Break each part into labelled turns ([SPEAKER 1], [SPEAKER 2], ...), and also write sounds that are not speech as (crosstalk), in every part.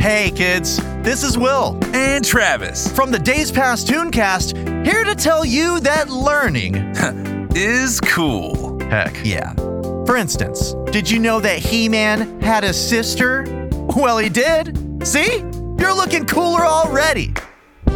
[SPEAKER 1] Hey kids, this is Will
[SPEAKER 2] and Travis
[SPEAKER 1] from the Days Past Tooncast, here to tell you that learning,
[SPEAKER 2] is cool.
[SPEAKER 1] heck yeah. For instance, did you know that He Man had a sister? Well, he did. See? You're looking cooler already.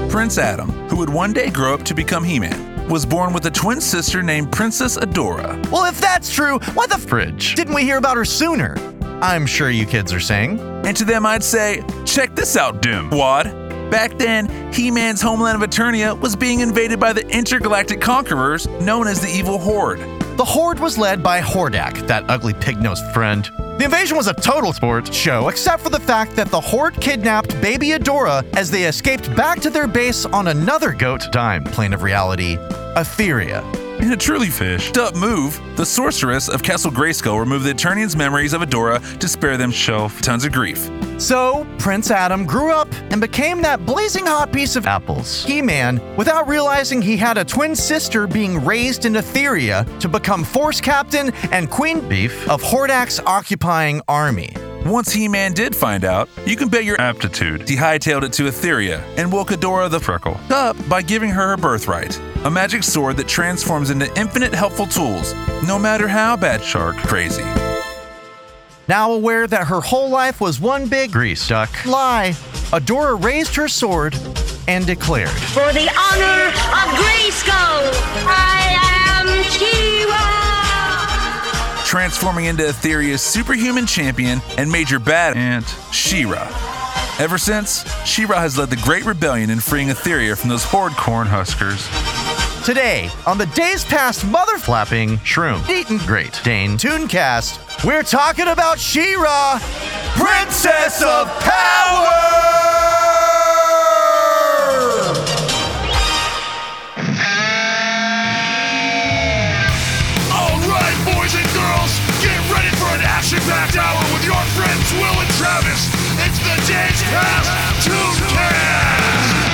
[SPEAKER 2] Prince Adam, who would one day grow up to become He Man, was born with a twin sister named Princess Adora.
[SPEAKER 1] Well, if that's true, why the fridge didn't we hear about her sooner? I'm sure you kids are saying.
[SPEAKER 2] And to them, I'd say, check this out, Doom Wad. Back then, He Man's homeland of Eternia was being invaded by the intergalactic conquerors known as the Evil Horde.
[SPEAKER 1] The Horde was led by Hordak, that ugly pig nosed friend. The invasion was a total sport show, except for the fact that the Horde kidnapped baby Adora as they escaped back to their base on another goat dime plane of reality, Etheria.
[SPEAKER 2] In a truly fished up move, the sorceress of Castle Grayskull removed the Eternians' memories of Adora to spare themselves tons of grief.
[SPEAKER 1] So, Prince Adam grew up and became that blazing hot piece of apples, He Man, without realizing he had a twin sister being raised in Etheria to become Force Captain and Queen Beef of Hordak's occupying army.
[SPEAKER 2] Once He-Man did find out, you can bet your aptitude he hightailed it to Etheria and woke Adora the Freckle up by giving her her birthright, a magic sword that transforms into infinite helpful tools, no matter how bad shark crazy.
[SPEAKER 1] Now aware that her whole life was one big grease duck lie, Adora raised her sword and declared,
[SPEAKER 3] For the honor of Grayskull, I am She-Ra!
[SPEAKER 2] transforming into Etheria's superhuman champion and major bad aunt, She-Ra. Ever since, She-Ra has led the Great Rebellion in freeing Etheria from those horrid corn huskers.
[SPEAKER 1] Today, on the Days Past Mother Flapping Shroom Eaten Great Dane Tooncast, we're talking about She Ra, Princess of Power!
[SPEAKER 4] All right, boys and girls, get ready for an action-packed hour with your friends Will and Travis. It's the Days Past Tooncast.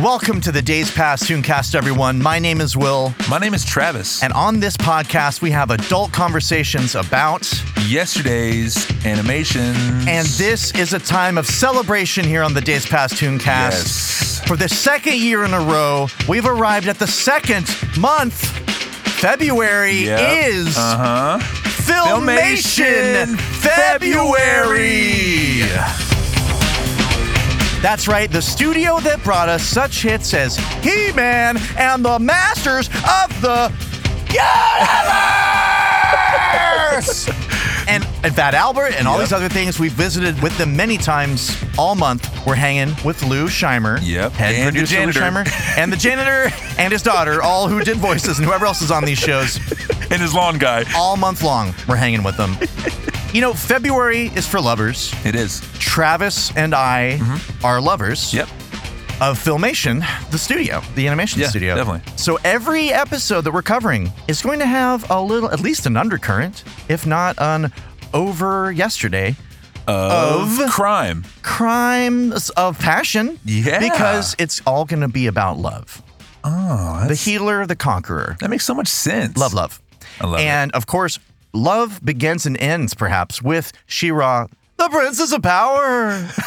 [SPEAKER 1] Welcome to the Days Past Tooncast, everyone. My name is Will,
[SPEAKER 2] My name is Travis, and
[SPEAKER 1] and on this podcast, we have adult conversations about
[SPEAKER 2] yesterday's animations.
[SPEAKER 1] And this is a time of celebration here on the Days Past Tooncast.
[SPEAKER 2] Yes.
[SPEAKER 1] For the second year in a row, we've arrived at the second month. February
[SPEAKER 2] Yep.
[SPEAKER 1] is
[SPEAKER 2] Uh huh.
[SPEAKER 1] Filmation
[SPEAKER 2] Filmation
[SPEAKER 1] February. That's right, the studio that brought us such hits as He Man and the Masters of the
[SPEAKER 2] (laughs)
[SPEAKER 1] Universe! and, and Fat Albert and all
[SPEAKER 2] Yep.
[SPEAKER 1] these other things we've visited with them many times all month. We're hanging with Lou Scheimer,
[SPEAKER 2] Yep,
[SPEAKER 1] head
[SPEAKER 2] and the
[SPEAKER 1] producer Lou
[SPEAKER 2] janitor.
[SPEAKER 1] Scheimer, and the
[SPEAKER 2] (laughs)
[SPEAKER 1] janitor and his daughter, all who did voices and whoever else is on these shows
[SPEAKER 2] And his lawn guy.
[SPEAKER 1] all month long. We're hanging with them. You know, February is for lovers.
[SPEAKER 2] It is.
[SPEAKER 1] Travis and I are lovers
[SPEAKER 2] Mm-hmm. Yep.
[SPEAKER 1] of Filmation, the studio, the animation
[SPEAKER 2] Yeah,
[SPEAKER 1] studio.
[SPEAKER 2] definitely.
[SPEAKER 1] So every episode that we're covering is going to have a little, at least an undercurrent, if not an over yesterday
[SPEAKER 2] Of, crime.
[SPEAKER 1] crimes of passion.
[SPEAKER 2] Yeah.
[SPEAKER 1] Because it's all going to be about love. Oh, the healer, the conqueror.
[SPEAKER 2] That makes so much sense.
[SPEAKER 1] Love, love.
[SPEAKER 2] I love it.
[SPEAKER 1] and of course, love begins and ends perhaps with She-Ra, the Princess of Power. (laughs)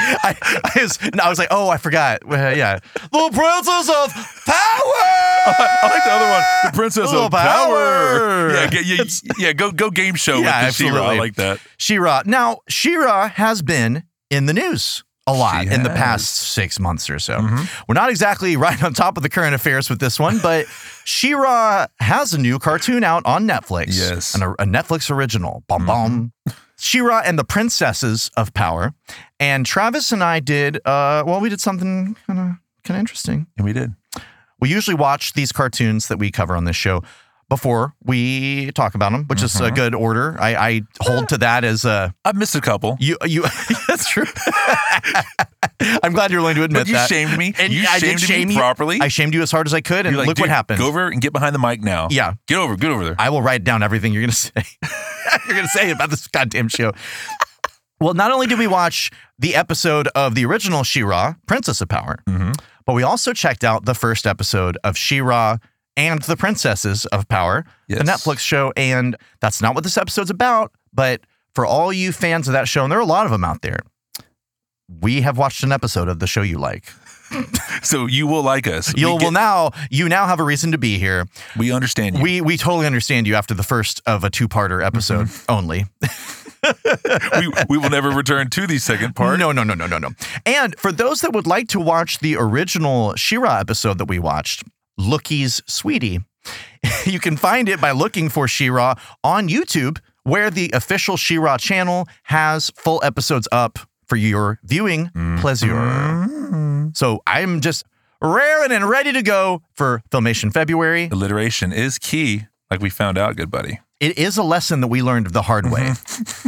[SPEAKER 1] I, I, was, and I was like, oh, I forgot. Uh, yeah. The Princess of
[SPEAKER 2] (laughs)
[SPEAKER 1] Power!
[SPEAKER 2] Oh, I like the other one, the Princess
[SPEAKER 1] Little
[SPEAKER 2] of Power.
[SPEAKER 1] power.
[SPEAKER 2] Yeah, get- yeah, yeah, go go game show
[SPEAKER 1] Yeah,
[SPEAKER 2] with the She-Ra. I
[SPEAKER 1] absolutely.
[SPEAKER 2] like that.
[SPEAKER 1] She-Ra. Now, She-Ra has been in the news a lot
[SPEAKER 2] She
[SPEAKER 1] in the
[SPEAKER 2] has. Mm-hmm.
[SPEAKER 1] past six months or so. We're not exactly (laughs) right on top of the current affairs with this one,
[SPEAKER 2] (laughs)
[SPEAKER 1] but She-Ra has a new cartoon out on Netflix.
[SPEAKER 2] Yes. Mm-hmm.
[SPEAKER 1] An, a Netflix original. Bom bom. She-Ra and the Princesses of Power. And Travis and I did, uh, well, we did something kind of interesting.
[SPEAKER 2] And we did.
[SPEAKER 1] We usually watch these cartoons that we cover on this show before we talk about them, which
[SPEAKER 2] Mm-hmm.
[SPEAKER 1] is a good order. I, I hold to that as a
[SPEAKER 2] I've missed a couple.
[SPEAKER 1] you
[SPEAKER 2] (laughs)
[SPEAKER 1] you. that's true. (laughs) I'm glad you're willing to admit
[SPEAKER 2] But you
[SPEAKER 1] that.
[SPEAKER 2] shamed me.
[SPEAKER 1] And
[SPEAKER 2] you
[SPEAKER 1] I did
[SPEAKER 2] shamed
[SPEAKER 1] shame
[SPEAKER 2] me
[SPEAKER 1] you.
[SPEAKER 2] properly.
[SPEAKER 1] I shamed you as hard as I could, and
[SPEAKER 2] You're like,
[SPEAKER 1] look what
[SPEAKER 2] "Dude,
[SPEAKER 1] happened.
[SPEAKER 2] Go over and get behind the mic now.
[SPEAKER 1] Yeah.
[SPEAKER 2] Get over. Get over there.
[SPEAKER 1] I will write down everything you're going to (laughs) say. you're going to say about this goddamn show. Well, not only did we watch the episode of the original She-Ra, Princess of Power,
[SPEAKER 2] Mm-hmm.
[SPEAKER 1] but we also checked out the first episode of She-Ra and the Princesses of Power, the
[SPEAKER 2] Yes.
[SPEAKER 1] Netflix show. And that's not what this episode's about. But for all you fans of that show, and there are a lot of them out there, we have watched an episode of the show you like.
[SPEAKER 2] So you will like us.
[SPEAKER 1] You
[SPEAKER 2] we
[SPEAKER 1] will
[SPEAKER 2] get-
[SPEAKER 1] now you now have a reason to be here.
[SPEAKER 2] We understand you.
[SPEAKER 1] We we totally understand you after the first of a two-parter episode only.
[SPEAKER 2] we, we will never return to the second part.
[SPEAKER 1] No, no, no, no, no, no. And for those that would like to watch the original Shira episode that we watched, Lookie's Sweetie, (laughs) you can find it by looking for Shira on YouTube, where the official Shira channel has full episodes up for your viewing pleasure. So I'm just raring and ready to go for Filmation February.
[SPEAKER 2] Alliteration is key, like we found out, good buddy.
[SPEAKER 1] It is a lesson that we learned the hard way.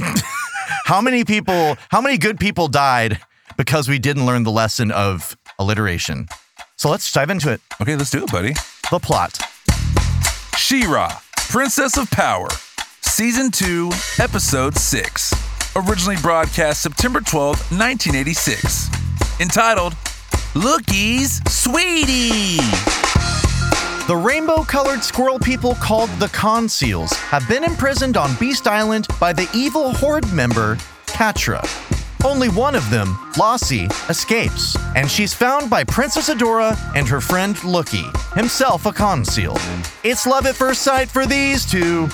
[SPEAKER 1] (laughs) how many people, how many good people died because we didn't learn the lesson of alliteration? So let's dive into it.
[SPEAKER 2] Okay, let's do it, buddy.
[SPEAKER 1] The plot.
[SPEAKER 2] She-Ra, Princess of Power, Season 2, Episode 6. Originally broadcast September 12, 1986. Entitled, Lookies Sweetie.
[SPEAKER 1] The rainbow colored squirrel people called the Conceals have been imprisoned on Beast Island by the evil Horde member, Katra. Only one of them, Flossie, escapes, and she's found by Princess Adora and her friend Lookie, himself a Conceal. It's love at first sight for these two.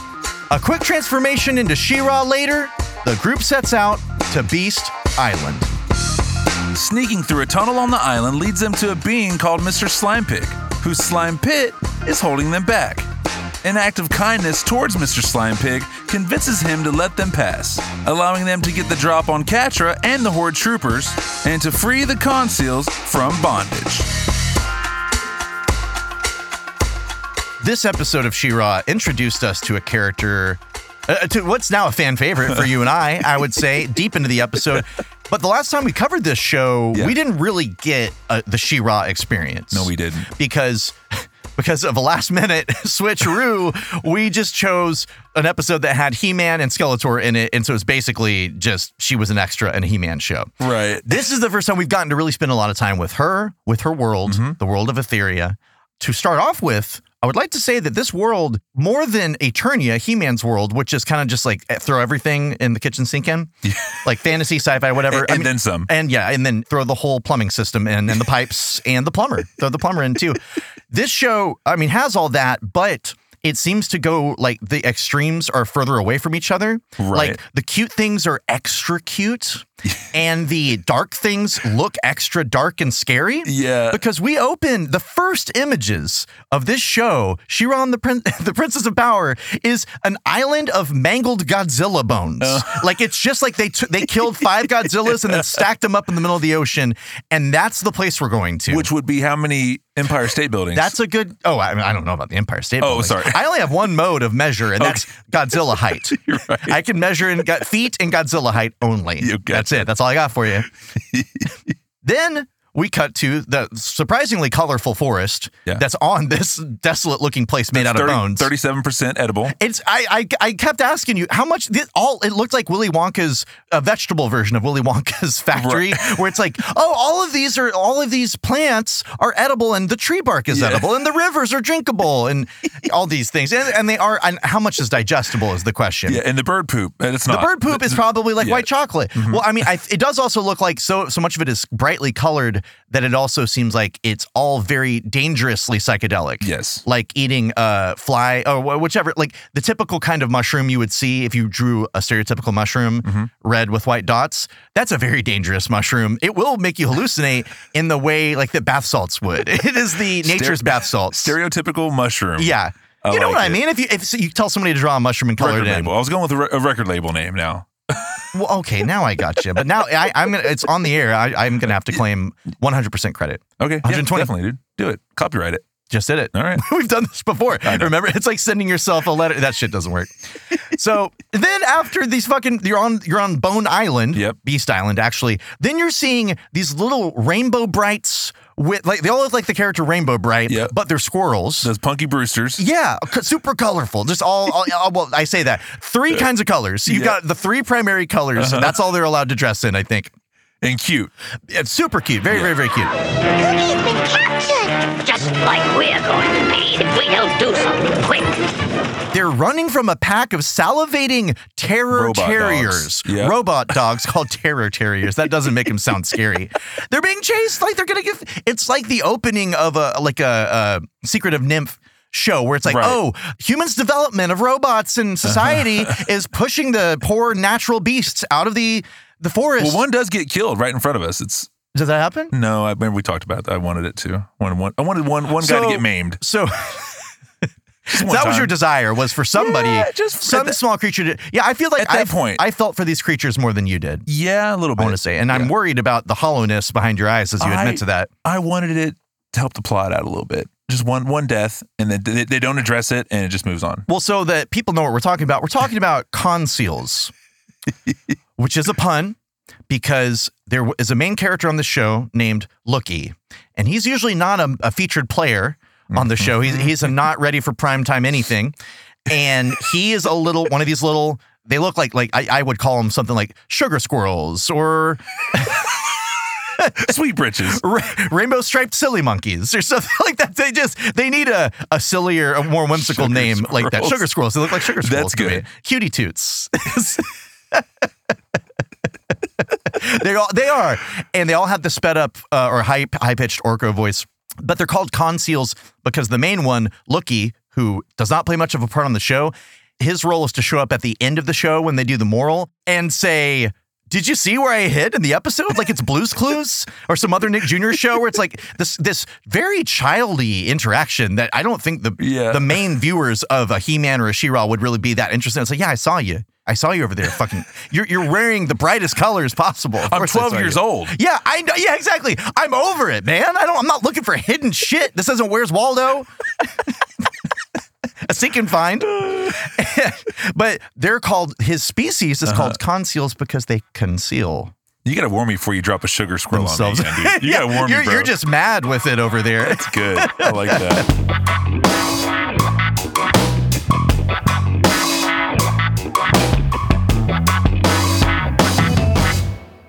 [SPEAKER 1] A quick transformation into She Ra later, the group sets out to Beast Island.
[SPEAKER 2] Sneaking through a tunnel on the island leads them to a being called Mr. Slime Pig, whose slime pit is holding them back. An act of kindness towards Mr. Slime Pig convinces him to let them pass, allowing them to get the drop on Katra and the Horde troopers, and to free the Conceals from bondage.
[SPEAKER 1] This episode of She-Ra introduced us to a character, uh, to what's now a fan favorite for you and I, I would
[SPEAKER 2] (laughs)
[SPEAKER 1] say, deep into the episode. But the last time we covered this show,
[SPEAKER 2] Yeah.
[SPEAKER 1] we didn't really get uh, the She-Ra experience.
[SPEAKER 2] No, we didn't.
[SPEAKER 1] Because (laughs) because of a last minute (laughs) switcheroo, we just chose an episode that had He-Man and Skeletor in it, and so it's basically just she was an extra in a He-Man show.
[SPEAKER 2] Right.
[SPEAKER 1] This is the first time we've gotten to really spend a lot of time with her, with her world,
[SPEAKER 2] Mm-hmm.
[SPEAKER 1] the world of Etheria. To start off with, I would like to say that this world, more than Eternia, He Man's world, which is kind of just like eh, throw everything in the kitchen sink in, like fantasy, sci fi, whatever.
[SPEAKER 2] And then some.
[SPEAKER 1] And yeah, and then throw the whole plumbing system in and the pipes and the plumber. Throw the plumber in
[SPEAKER 2] (laughs)
[SPEAKER 1] too. This show, I mean, has all that, but it seems to go like the extremes are further away from each other.
[SPEAKER 2] Right.
[SPEAKER 1] Like the cute things are extra cute and the dark things look extra dark and scary.
[SPEAKER 2] Yeah.
[SPEAKER 1] Because we open the first images of this show, Shira and the, Prin- (laughs) the Princess of Power is an island of mangled Godzilla bones. (laughs) Like it's just like they t- they killed five Godzillas and then stacked them up in the middle of the ocean, and that's the place we're going to.
[SPEAKER 2] Which would be how many Empire State buildings?
[SPEAKER 1] that's a good. Oh, I, I don't know about the Empire State.
[SPEAKER 2] Oh,
[SPEAKER 1] Building.
[SPEAKER 2] sorry.
[SPEAKER 1] I only have one mode of measure, and that's Godzilla
[SPEAKER 2] (laughs)
[SPEAKER 1] height.
[SPEAKER 2] right.
[SPEAKER 1] I can measure in got feet and Godzilla height only.
[SPEAKER 2] You got
[SPEAKER 1] That's it. That's all I got
[SPEAKER 2] (laughs)
[SPEAKER 1] for you. then we cut to the surprisingly colorful forest
[SPEAKER 2] Yeah.
[SPEAKER 1] that's on this desolate looking place made out
[SPEAKER 2] 30
[SPEAKER 1] of bones.
[SPEAKER 2] 37% edible.
[SPEAKER 1] It's I, I I kept asking you how much this, all it looked like Willy Wonka's a vegetable version of Willy Wonka's (laughs) factory where it's like oh all of these are all of these plants are edible and the tree bark is
[SPEAKER 2] Yeah.
[SPEAKER 1] edible and the rivers are drinkable
[SPEAKER 2] (laughs)
[SPEAKER 1] and all these things and, and they are and how much is digestible is the question.
[SPEAKER 2] Yeah, and the bird poop. And it's
[SPEAKER 1] The
[SPEAKER 2] not.
[SPEAKER 1] bird poop is probably like
[SPEAKER 2] yeah. Mm-hmm.
[SPEAKER 1] white chocolate. Well, I mean, I, it does also look like so so much of it is brightly colored that it also seems like it's all very dangerously psychedelic.
[SPEAKER 2] Yes.
[SPEAKER 1] like eating a fly or wh- whichever, like the typical kind of mushroom you would see if you drew a stereotypical mushroom,
[SPEAKER 2] Mm-hmm.
[SPEAKER 1] red with white dots. That's a very dangerous mushroom. It will make you hallucinate in the way like that bath salts would. (laughs) It is the nature's bath salts.
[SPEAKER 2] Stereotypical mushroom.
[SPEAKER 1] yeah.
[SPEAKER 2] I
[SPEAKER 1] you know
[SPEAKER 2] like
[SPEAKER 1] what I
[SPEAKER 2] it.
[SPEAKER 1] mean? If you if you tell somebody to draw a mushroom and color
[SPEAKER 2] Record
[SPEAKER 1] it in,
[SPEAKER 2] label. I was going with a, re- a record label name now.
[SPEAKER 1] Well, okay, now I got you. But now I, I'm gonna, it's on the air. I, I'm gonna have to claim 100 percent credit.
[SPEAKER 2] Okay. yeah,
[SPEAKER 1] 120.
[SPEAKER 2] definitely, dude. Do it. Copyright it.
[SPEAKER 1] Just did it.
[SPEAKER 2] All right.
[SPEAKER 1] (laughs) We've done this before. Remember, it's like sending yourself a letter. That shit doesn't work. so then after these fucking, you're on you're on Bone Island,
[SPEAKER 2] Yep.
[SPEAKER 1] Beast Island actually. Then you're seeing these little rainbow brights with like they all look like the character Rainbow Bright,
[SPEAKER 2] Yep.
[SPEAKER 1] but they're squirrels.
[SPEAKER 2] Those Punky Brewsters.
[SPEAKER 1] Yeah, c- super colorful. Just all, all, all- well, I say that. Three kinds of colors. You've
[SPEAKER 2] Yeah. Uh-huh.
[SPEAKER 1] got the three primary colors. and That's all they're allowed to dress in, I think.
[SPEAKER 2] And cute.
[SPEAKER 1] It's super cute. Very, very, very cute.
[SPEAKER 3] Cookie's been captured! Just like we're going to be if we don't do something quick.
[SPEAKER 1] They're running from a pack of salivating terror
[SPEAKER 2] Robot
[SPEAKER 1] terriers.
[SPEAKER 2] dogs. Yeah.
[SPEAKER 1] Robot dogs called terror terriers. That doesn't make them sound
[SPEAKER 2] (laughs)
[SPEAKER 1] scary. They're being chased like they're going to give. It's like the opening of a, like a, a Secret of Nymph show where it's like,
[SPEAKER 2] Right.
[SPEAKER 1] oh, humans' development of robots
[SPEAKER 2] (laughs)
[SPEAKER 1] and society is pushing the poor natural beasts out of the, the forest.
[SPEAKER 2] Well, one Hmm. does get killed right in front of us. It's
[SPEAKER 1] Does that happen?
[SPEAKER 2] no, I remember we talked about that. I wanted it to. Wanted one, I wanted one one guy to
[SPEAKER 1] So-
[SPEAKER 2] get maimed.
[SPEAKER 1] So.
[SPEAKER 2] Just one
[SPEAKER 1] (laughs) that was
[SPEAKER 2] time.
[SPEAKER 1] your desire was for somebody
[SPEAKER 2] Yeah, just-
[SPEAKER 1] some
[SPEAKER 2] at that-
[SPEAKER 1] small creature to yeah i feel like
[SPEAKER 2] At that
[SPEAKER 1] I've-
[SPEAKER 2] point.
[SPEAKER 1] i felt for these creatures more than you did
[SPEAKER 2] Yeah, a little
[SPEAKER 1] I
[SPEAKER 2] bit.
[SPEAKER 1] want to say. And I'm worried about the hollowness behind your eyes as you admit
[SPEAKER 2] I-
[SPEAKER 1] to that.
[SPEAKER 2] I wanted it to help the plot out a little bit. Just one one death, and then they, they don't address it, and it just
[SPEAKER 1] (laughs)
[SPEAKER 2] moves on.
[SPEAKER 1] Well, so that people know what we're talking about, we're
[SPEAKER 2] (laughs)
[SPEAKER 1] talking about conceals, which is a pun because there w- is a main character on the show named Lookie, and he's usually not a, a featured player on the show. He's, he's a
[SPEAKER 2] Mm-hmm.
[SPEAKER 1] not ready for primetime anything. And he is a little, one of these little, they look like, like I, I would call them something like sugar squirrels or
[SPEAKER 2] Sweet britches.
[SPEAKER 1] (laughs) ra- rainbow striped silly monkeys or something (laughs) like that. They just they need a, a sillier, a more whimsical
[SPEAKER 2] Sugar
[SPEAKER 1] name like that.
[SPEAKER 2] squirrels.
[SPEAKER 1] Sugar squirrels. They look like sugar squirrels.
[SPEAKER 2] That's
[SPEAKER 1] to me.
[SPEAKER 2] good.
[SPEAKER 1] Cutie toots. (laughs) they all they are, and they all have the sped up uh, or high high pitched orco voice. But they're called conceals because the main one, Lookie, who does not play much of a part on the show, his role is to show up at the end of the show when they do the moral and say, did you see where I hid in the episode? Like it's Blues Clues or some other Nick Jr. show where it's like this this very childy interaction that I don't think the
[SPEAKER 2] Yeah.
[SPEAKER 1] the main viewers of a He-Man or a She-Ra would really be that interested. It's like, yeah, I saw you. I saw you over there. Fucking, you're you're wearing the brightest colors possible. Of
[SPEAKER 2] I'm
[SPEAKER 1] course I
[SPEAKER 2] 12
[SPEAKER 1] saw
[SPEAKER 2] years
[SPEAKER 1] you.
[SPEAKER 2] old.
[SPEAKER 1] Yeah, I know. Yeah, exactly. I'm over it, man. I don't. I'm not looking for hidden shit. This isn't Where's Waldo. (laughs) A seek and find. (laughs) but they're called his species is called
[SPEAKER 2] Uh-huh.
[SPEAKER 1] conceals because they conceal
[SPEAKER 2] You gotta warn me before you drop a sugar squirrel
[SPEAKER 1] themselves.
[SPEAKER 2] on me. Andy. You gotta
[SPEAKER 1] (laughs) Yeah,
[SPEAKER 2] warn
[SPEAKER 1] you're,
[SPEAKER 2] me, bro.
[SPEAKER 1] you're just mad with it over
[SPEAKER 2] (laughs)
[SPEAKER 1] there.
[SPEAKER 2] It's good. I
[SPEAKER 1] (laughs)
[SPEAKER 2] like that.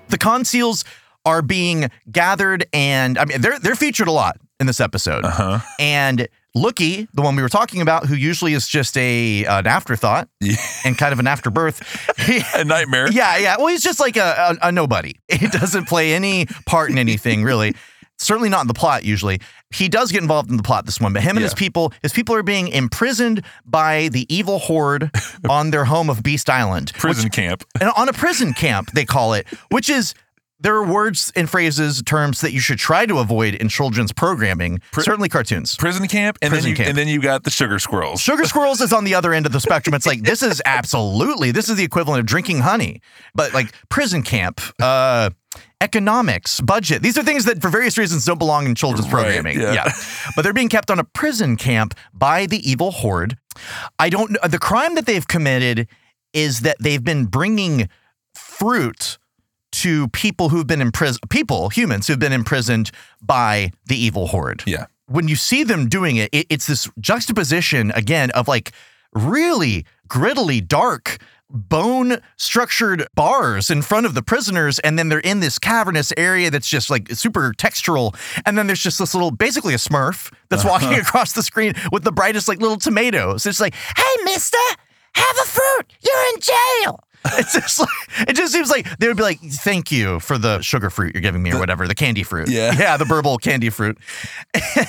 [SPEAKER 1] the conceals are being gathered and I mean they're they're featured a lot in this episode.
[SPEAKER 2] Uh-huh.
[SPEAKER 1] And Lookie, the one we were talking about, who usually is just a an afterthought
[SPEAKER 2] Yeah.
[SPEAKER 1] and kind of an afterbirth. he- (laughs)
[SPEAKER 2] A nightmare.
[SPEAKER 1] yeah, yeah. Well, he's just like a, a, a nobody. He doesn't play any part in anything, really. Certainly not in the plot, usually. He does get involved in the plot this one, but him and his
[SPEAKER 2] Yeah.
[SPEAKER 1] people, his people are being imprisoned by the evil horde on their home of Beast Island.
[SPEAKER 2] Prison camp.
[SPEAKER 1] and on a prison camp, they call it, which is there are words and phrases, terms that you should try to avoid in children's programming, certainly cartoons.
[SPEAKER 2] Prison camp. And
[SPEAKER 1] Prison
[SPEAKER 2] then you
[SPEAKER 1] camp.
[SPEAKER 2] and then you got the sugar squirrels.
[SPEAKER 1] Sugar squirrels is on the other end of the spectrum. It's like this is absolutely this is the equivalent of drinking honey, but like prison camp, uh, economics, budget. These are things that for various reasons don't belong in children's
[SPEAKER 2] Right,
[SPEAKER 1] programming.
[SPEAKER 2] yeah.
[SPEAKER 1] but they're being kept on a prison camp by the evil horde. I don't know the crime that they've committed is that they've been bringing fruit to people who've been imprisoned, people humans who've been imprisoned by the evil horde
[SPEAKER 2] Yeah.
[SPEAKER 1] when you see them doing it, it it's this juxtaposition again of like really grittily dark bone structured bars in front of the prisoners and then they're in this cavernous area that's just like super textural and then there's just this little basically a smurf that's walking across the screen with the brightest like little tomatoes it's like hey mister have a fruit you're in jail (laughs) it's just like, it just seems like they would be like thank you for the sugar fruit you're giving me or whatever the candy fruit
[SPEAKER 2] Yeah.
[SPEAKER 1] yeah, the burble candy fruit.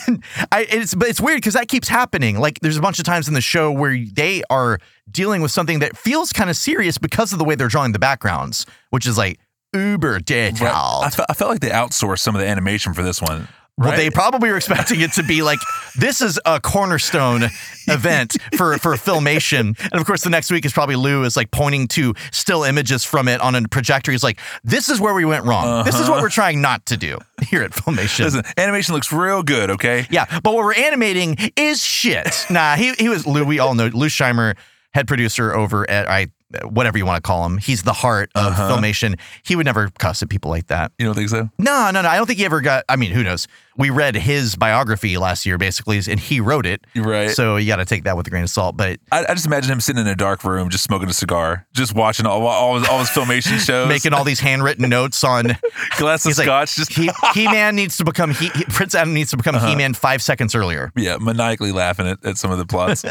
[SPEAKER 1] And I, it's but it's weird because that keeps happening. Like there's a bunch of times in the show where they are dealing with something that feels kind of serious because of the way they're drawing the backgrounds, which is like uber detailed.
[SPEAKER 2] I, fe- I felt like they outsourced some of the animation for this one.
[SPEAKER 1] Well,
[SPEAKER 2] Right?
[SPEAKER 1] they probably were expecting it to be like this is a cornerstone
[SPEAKER 2] (laughs)
[SPEAKER 1] event for for filmation, and of course, the next week is probably Lou is like pointing to still images from it on a projector. He's like, "This is where we went wrong. This is what we're trying not to do here
[SPEAKER 2] (laughs)
[SPEAKER 1] at filmation."
[SPEAKER 2] Uh-huh. Listen, animation looks real good, okay?
[SPEAKER 1] Yeah, but what we're animating is
[SPEAKER 2] (laughs)
[SPEAKER 1] shit. Nah, he he was Lou. We all know Lou Scheimer, head producer over at I whatever you want to call him. He's the heart of
[SPEAKER 2] Uh-huh.
[SPEAKER 1] filmation. He would never cuss at people like that.
[SPEAKER 2] You don't think so?
[SPEAKER 1] No, no, no. I don't think he ever got. I mean, who knows? We read his biography last year, basically, and he wrote it.
[SPEAKER 2] Right.
[SPEAKER 1] So you got to take that with a grain of salt. But
[SPEAKER 2] I, I just imagine him sitting in a dark room, just smoking a cigar, just watching all, all, his, all
[SPEAKER 1] (laughs)
[SPEAKER 2] his filmation shows,
[SPEAKER 1] making all these handwritten notes on
[SPEAKER 2] (laughs) glass of
[SPEAKER 1] he's like,
[SPEAKER 2] (laughs) scotch, just Uh-huh.
[SPEAKER 1] he He Man needs to become he, he- Prince Adam needs to become He Man five seconds earlier.
[SPEAKER 2] yeah, maniacally laughing at, at some of
[SPEAKER 1] (laughs)
[SPEAKER 2] the plots.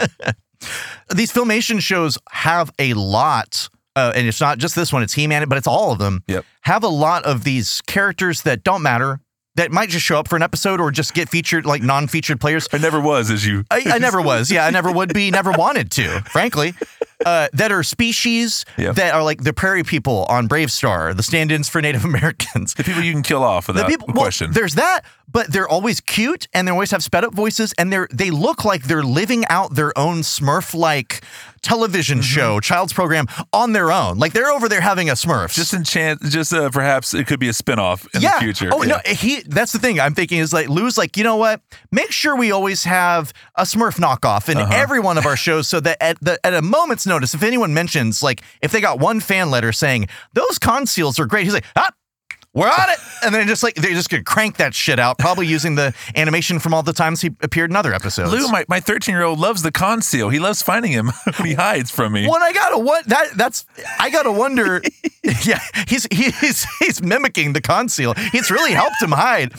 [SPEAKER 1] These filmation shows have a lot. Uh, and it's not just this one, it's He Man, but it's all of them.
[SPEAKER 2] Yep.
[SPEAKER 1] Have a lot of these characters that don't matter, that might just show up for an episode or just get featured like non featured players.
[SPEAKER 2] I never was, as you.
[SPEAKER 1] I, I never was. Yeah, I never would be. Never wanted to, frankly. Uh, that are species
[SPEAKER 2] Yeah.
[SPEAKER 1] that are like the prairie people on Brave Star, the stand-ins for Native Americans.
[SPEAKER 2] The people you can kill off
[SPEAKER 1] The
[SPEAKER 2] without
[SPEAKER 1] people, well,
[SPEAKER 2] question.
[SPEAKER 1] there's that, but they're always cute and they always have sped up voices and they're they look like they're living out their own Smurf-like
[SPEAKER 2] Mm-hmm.
[SPEAKER 1] television show, child's program on their own. Like they're over there having a Smurf.
[SPEAKER 2] just in chance, just uh, perhaps it could be a spinoff in
[SPEAKER 1] yeah.
[SPEAKER 2] the future.
[SPEAKER 1] Oh
[SPEAKER 2] Yeah.
[SPEAKER 1] no, he. That's the thing I'm thinking is like Lou's like you know what? Make sure we always have a Smurf knockoff
[SPEAKER 2] Uh-huh.
[SPEAKER 1] in every one of our shows, so that at the at a moment's notice, if anyone mentions like if they got one fan letter saying those conceals are great, he's like ah. We're on it, and then just like they're just gonna crank that shit out, probably using the animation from all the times he appeared in other episodes.
[SPEAKER 2] Lou, my my thirteen year old loves the conceal. He loves finding him (laughs) when he hides from
[SPEAKER 1] (laughs)
[SPEAKER 2] me.
[SPEAKER 1] What I gotta what that that's I gotta wonder. (laughs) yeah, he's he's he's mimicking the conceal. It's really helped him hide.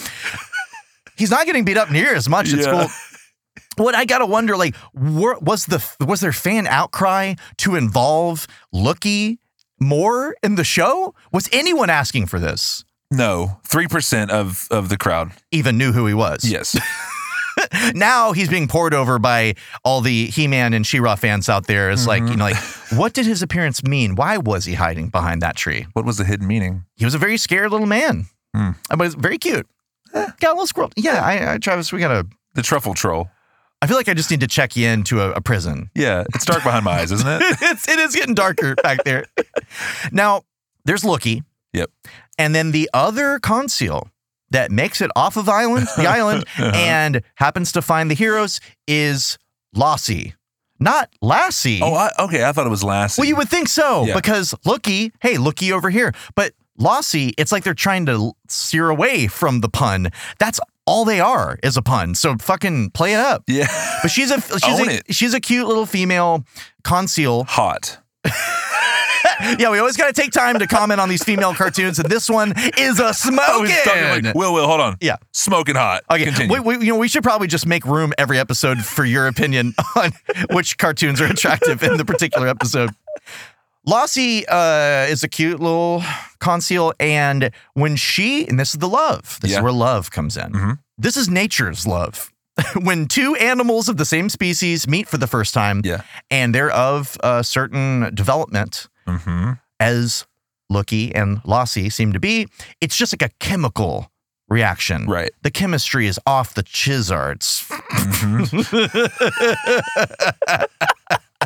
[SPEAKER 1] He's not getting beat up near as much at
[SPEAKER 2] Yeah.
[SPEAKER 1] school. What I gotta wonder, like, were, was the was there fan outcry to involve Lookie more in the show? Was anyone asking for this?
[SPEAKER 2] No, three percent of of the crowd.
[SPEAKER 1] Even knew who he was.
[SPEAKER 2] Yes,
[SPEAKER 1] now he's being poured over by all the He-Man and She-Ra fans out there. It's like, you know, like, what did his appearance mean? Why was he hiding behind that tree?
[SPEAKER 2] (laughs) what was the hidden meaning?
[SPEAKER 1] he was a very scared little man,
[SPEAKER 2] Hmm.
[SPEAKER 1] Uh, but he's very cute. Got a little squirrel. Yeah, I, I, Travis, we gotta.
[SPEAKER 2] The truffle troll.
[SPEAKER 1] I feel like I just need to check you into a, a prison. (laughs)
[SPEAKER 2] Yeah, it's dark behind my eyes, isn't it?
[SPEAKER 1] it's it is getting darker back
[SPEAKER 2] (laughs)
[SPEAKER 1] there. Now there's Lookie.
[SPEAKER 2] Yep.
[SPEAKER 1] And then the other conceal that makes it off of island, the
[SPEAKER 2] (laughs)
[SPEAKER 1] island,
[SPEAKER 2] Uh-huh.
[SPEAKER 1] and happens to find the heroes is Lassie, not Lassie.
[SPEAKER 2] Oh, I, okay. I thought it was Lassie.
[SPEAKER 1] Well, you would think so
[SPEAKER 2] Yeah.
[SPEAKER 1] because looky, hey, looky over here. But lossy, it's like they're trying to l- steer away from the pun. That's all they are is a pun. So fucking play it up.
[SPEAKER 2] (laughs) yeah,
[SPEAKER 1] But she's a she's
[SPEAKER 2] Own
[SPEAKER 1] a,
[SPEAKER 2] it.
[SPEAKER 1] she's a cute little female conceal.
[SPEAKER 2] hot.
[SPEAKER 1] Yeah, we always got to take time to comment on these
[SPEAKER 2] (laughs)
[SPEAKER 1] female cartoons, and this one is a
[SPEAKER 2] Oh, he's talking
[SPEAKER 1] smoking.
[SPEAKER 2] like Will. Will, hold on.
[SPEAKER 1] Yeah.
[SPEAKER 2] smoking hot.
[SPEAKER 1] Okay,
[SPEAKER 2] Continue.
[SPEAKER 1] we, we, you know we should probably just make room every episode for your opinion (laughs) on which cartoons are attractive in the particular episode. Lossie uh, is a cute little conceal, and when she and this is the love, this
[SPEAKER 2] Yeah.
[SPEAKER 1] is where love comes in.
[SPEAKER 2] Mhm.
[SPEAKER 1] This is nature's love. (laughs) when two animals of the same species meet for the first time,
[SPEAKER 2] Yeah.
[SPEAKER 1] and they're of a certain development,
[SPEAKER 2] hmm
[SPEAKER 1] as Lookie and Lossie seem to be, it's just like a chemical reaction.
[SPEAKER 2] Right.
[SPEAKER 1] The chemistry is off the chizards.
[SPEAKER 2] Mhm.
[SPEAKER 1] (laughs)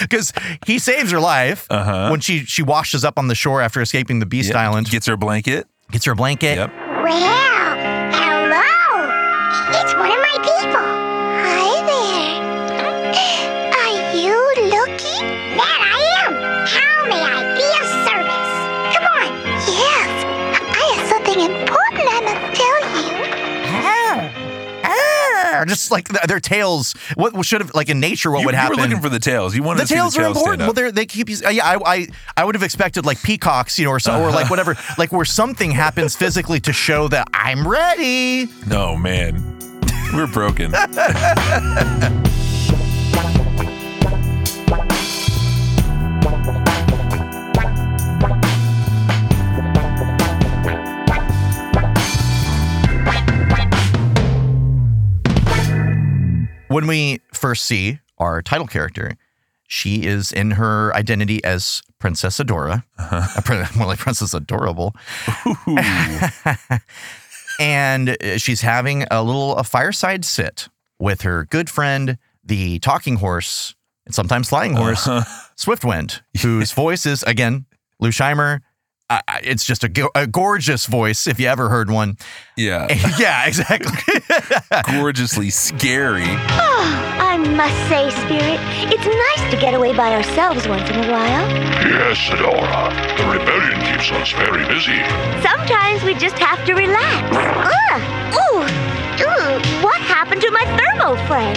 [SPEAKER 1] Because he saves her life
[SPEAKER 2] Uh-huh.
[SPEAKER 1] when she she washes up on the shore after escaping the Beast
[SPEAKER 2] Yep.
[SPEAKER 1] Island,
[SPEAKER 2] Gets her blanket.
[SPEAKER 1] gets her a blanket.
[SPEAKER 2] Yep.
[SPEAKER 5] Well, hello. It's one of my people. Hi there. Are you Lucky?
[SPEAKER 3] That I am! How may I be of service? Come on!
[SPEAKER 5] Yes. I have something important I must tell you.
[SPEAKER 1] Or Just like th- their tails, what should have like in nature, what
[SPEAKER 2] you,
[SPEAKER 1] would
[SPEAKER 2] you
[SPEAKER 1] happen?
[SPEAKER 2] were looking for the tails. You wanted
[SPEAKER 1] the
[SPEAKER 2] to see
[SPEAKER 1] tails
[SPEAKER 2] the
[SPEAKER 1] are
[SPEAKER 2] tails
[SPEAKER 1] important. Well,
[SPEAKER 2] Stand up.
[SPEAKER 1] they're, they keep you. Yeah, I, I, I would have expected like peacocks, you know, or so, or
[SPEAKER 2] Uh-huh.
[SPEAKER 1] like whatever, like where something happens physically to show that I'm ready.
[SPEAKER 2] no man, we're broken.
[SPEAKER 1] when we first see our title character, she is in her identity as Princess
[SPEAKER 2] Uh-huh.
[SPEAKER 1] (laughs) Adora, A prin- more like Princess Adorable,
[SPEAKER 2] Ooh.
[SPEAKER 1] and uh, she's having a little a fireside sit with her good friend, the talking horse, and sometimes flying
[SPEAKER 2] Uh-huh.
[SPEAKER 1] horse, Swiftwind,
[SPEAKER 2] (laughs)
[SPEAKER 1] whose voice is again Lou Scheimer. I I- it's just a, go- a gorgeous voice if you ever heard one. (laughs)
[SPEAKER 2] Yeah.
[SPEAKER 1] yeah,
[SPEAKER 2] (laughs)
[SPEAKER 1] exactly.
[SPEAKER 2] Gorgeously scary.
[SPEAKER 5] Oh, I must say, Spirit, it's nice to get away by ourselves once in a while.
[SPEAKER 4] Yes, Sonora. The rebellion keeps us very busy.
[SPEAKER 5] Sometimes we just have to relax. Ah! Ooh! Ooh! What happened to my thermo flame?